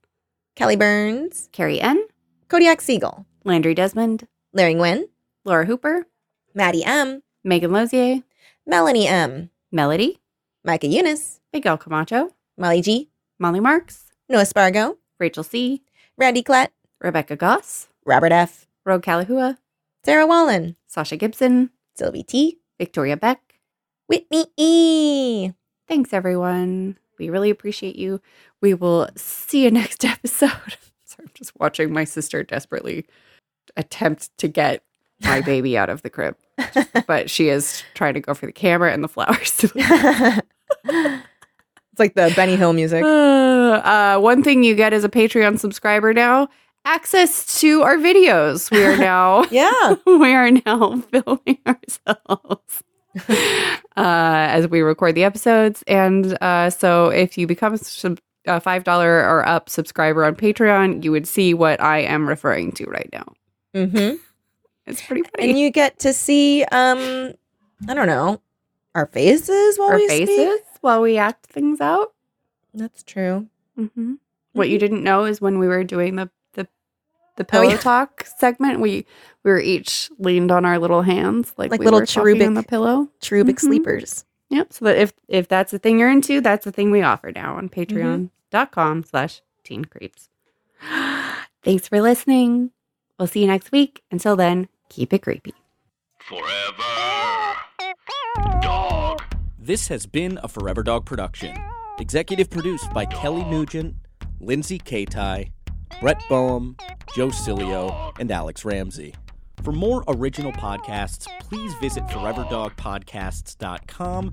D: Kelly Burns,
C: Carrie N,
D: Kodiak Siegel,
C: Landry Desmond,
D: Larry Nguyen,
C: Laura Hooper,
D: Maddie M.,
C: Megan Lozier,
D: Melanie M.,
C: Melody,
D: Micah Eunice,
C: Miguel Camacho,
D: Molly G.,
C: Molly Marks,
D: Noah Spargo,
C: Rachel C,
D: Randy Klett,
C: Rebecca Goss,
D: Robert F.,
C: Rogue Kalahua,
D: Sarah Wallen,
C: Sasha Gibson,
D: Sylvie T.,
C: Victoria Beck.
D: Whitney E.
C: Thanks everyone. We really appreciate you. We will see you next episode. Sorry, I'm just watching my sister desperately attempt to get my baby out of the crib. but she is trying to go for the camera and the flowers.
D: it's like the Benny Hill music.
C: Uh, one thing you get as a Patreon subscriber now access to our videos. We are now
D: Yeah.
C: we are now filming ourselves. uh, as we record the episodes, and uh, so if you become a sub- a five dollar or up subscriber on Patreon, you would see what I am referring to right now.
D: Mm-hmm.
C: It's pretty funny.
D: and you get to see um i don't know our faces while
C: Our
D: we
C: faces
D: speak
C: while we act things out.
D: that's true
C: Mm-hmm. What you didn't know is when we were doing the the the
D: Oh,
C: pillow
D: yeah.
C: talk segment, we we were each leaned on our little hands, like,
D: Like
C: we
D: little
C: were talking on the
D: cherubic-
C: pillow.
D: true big
C: Mhm.
D: sleepers
C: Yep. So that if if that's the thing you're into, that's the thing we offer now on
D: Mm-hmm.
C: Patreon.com slash Teen Creeps. Thanks for listening. We'll see you next week. Until then, keep it creepy.
A: Forever. Dog.
E: This has been a Forever Dog production. Executive produced by Kelly Nugent, Lindsay Katai, Brett Boehm, Joe Cilio, and Alex Ramsey. For more original podcasts, please visit foreverdogpodcasts.com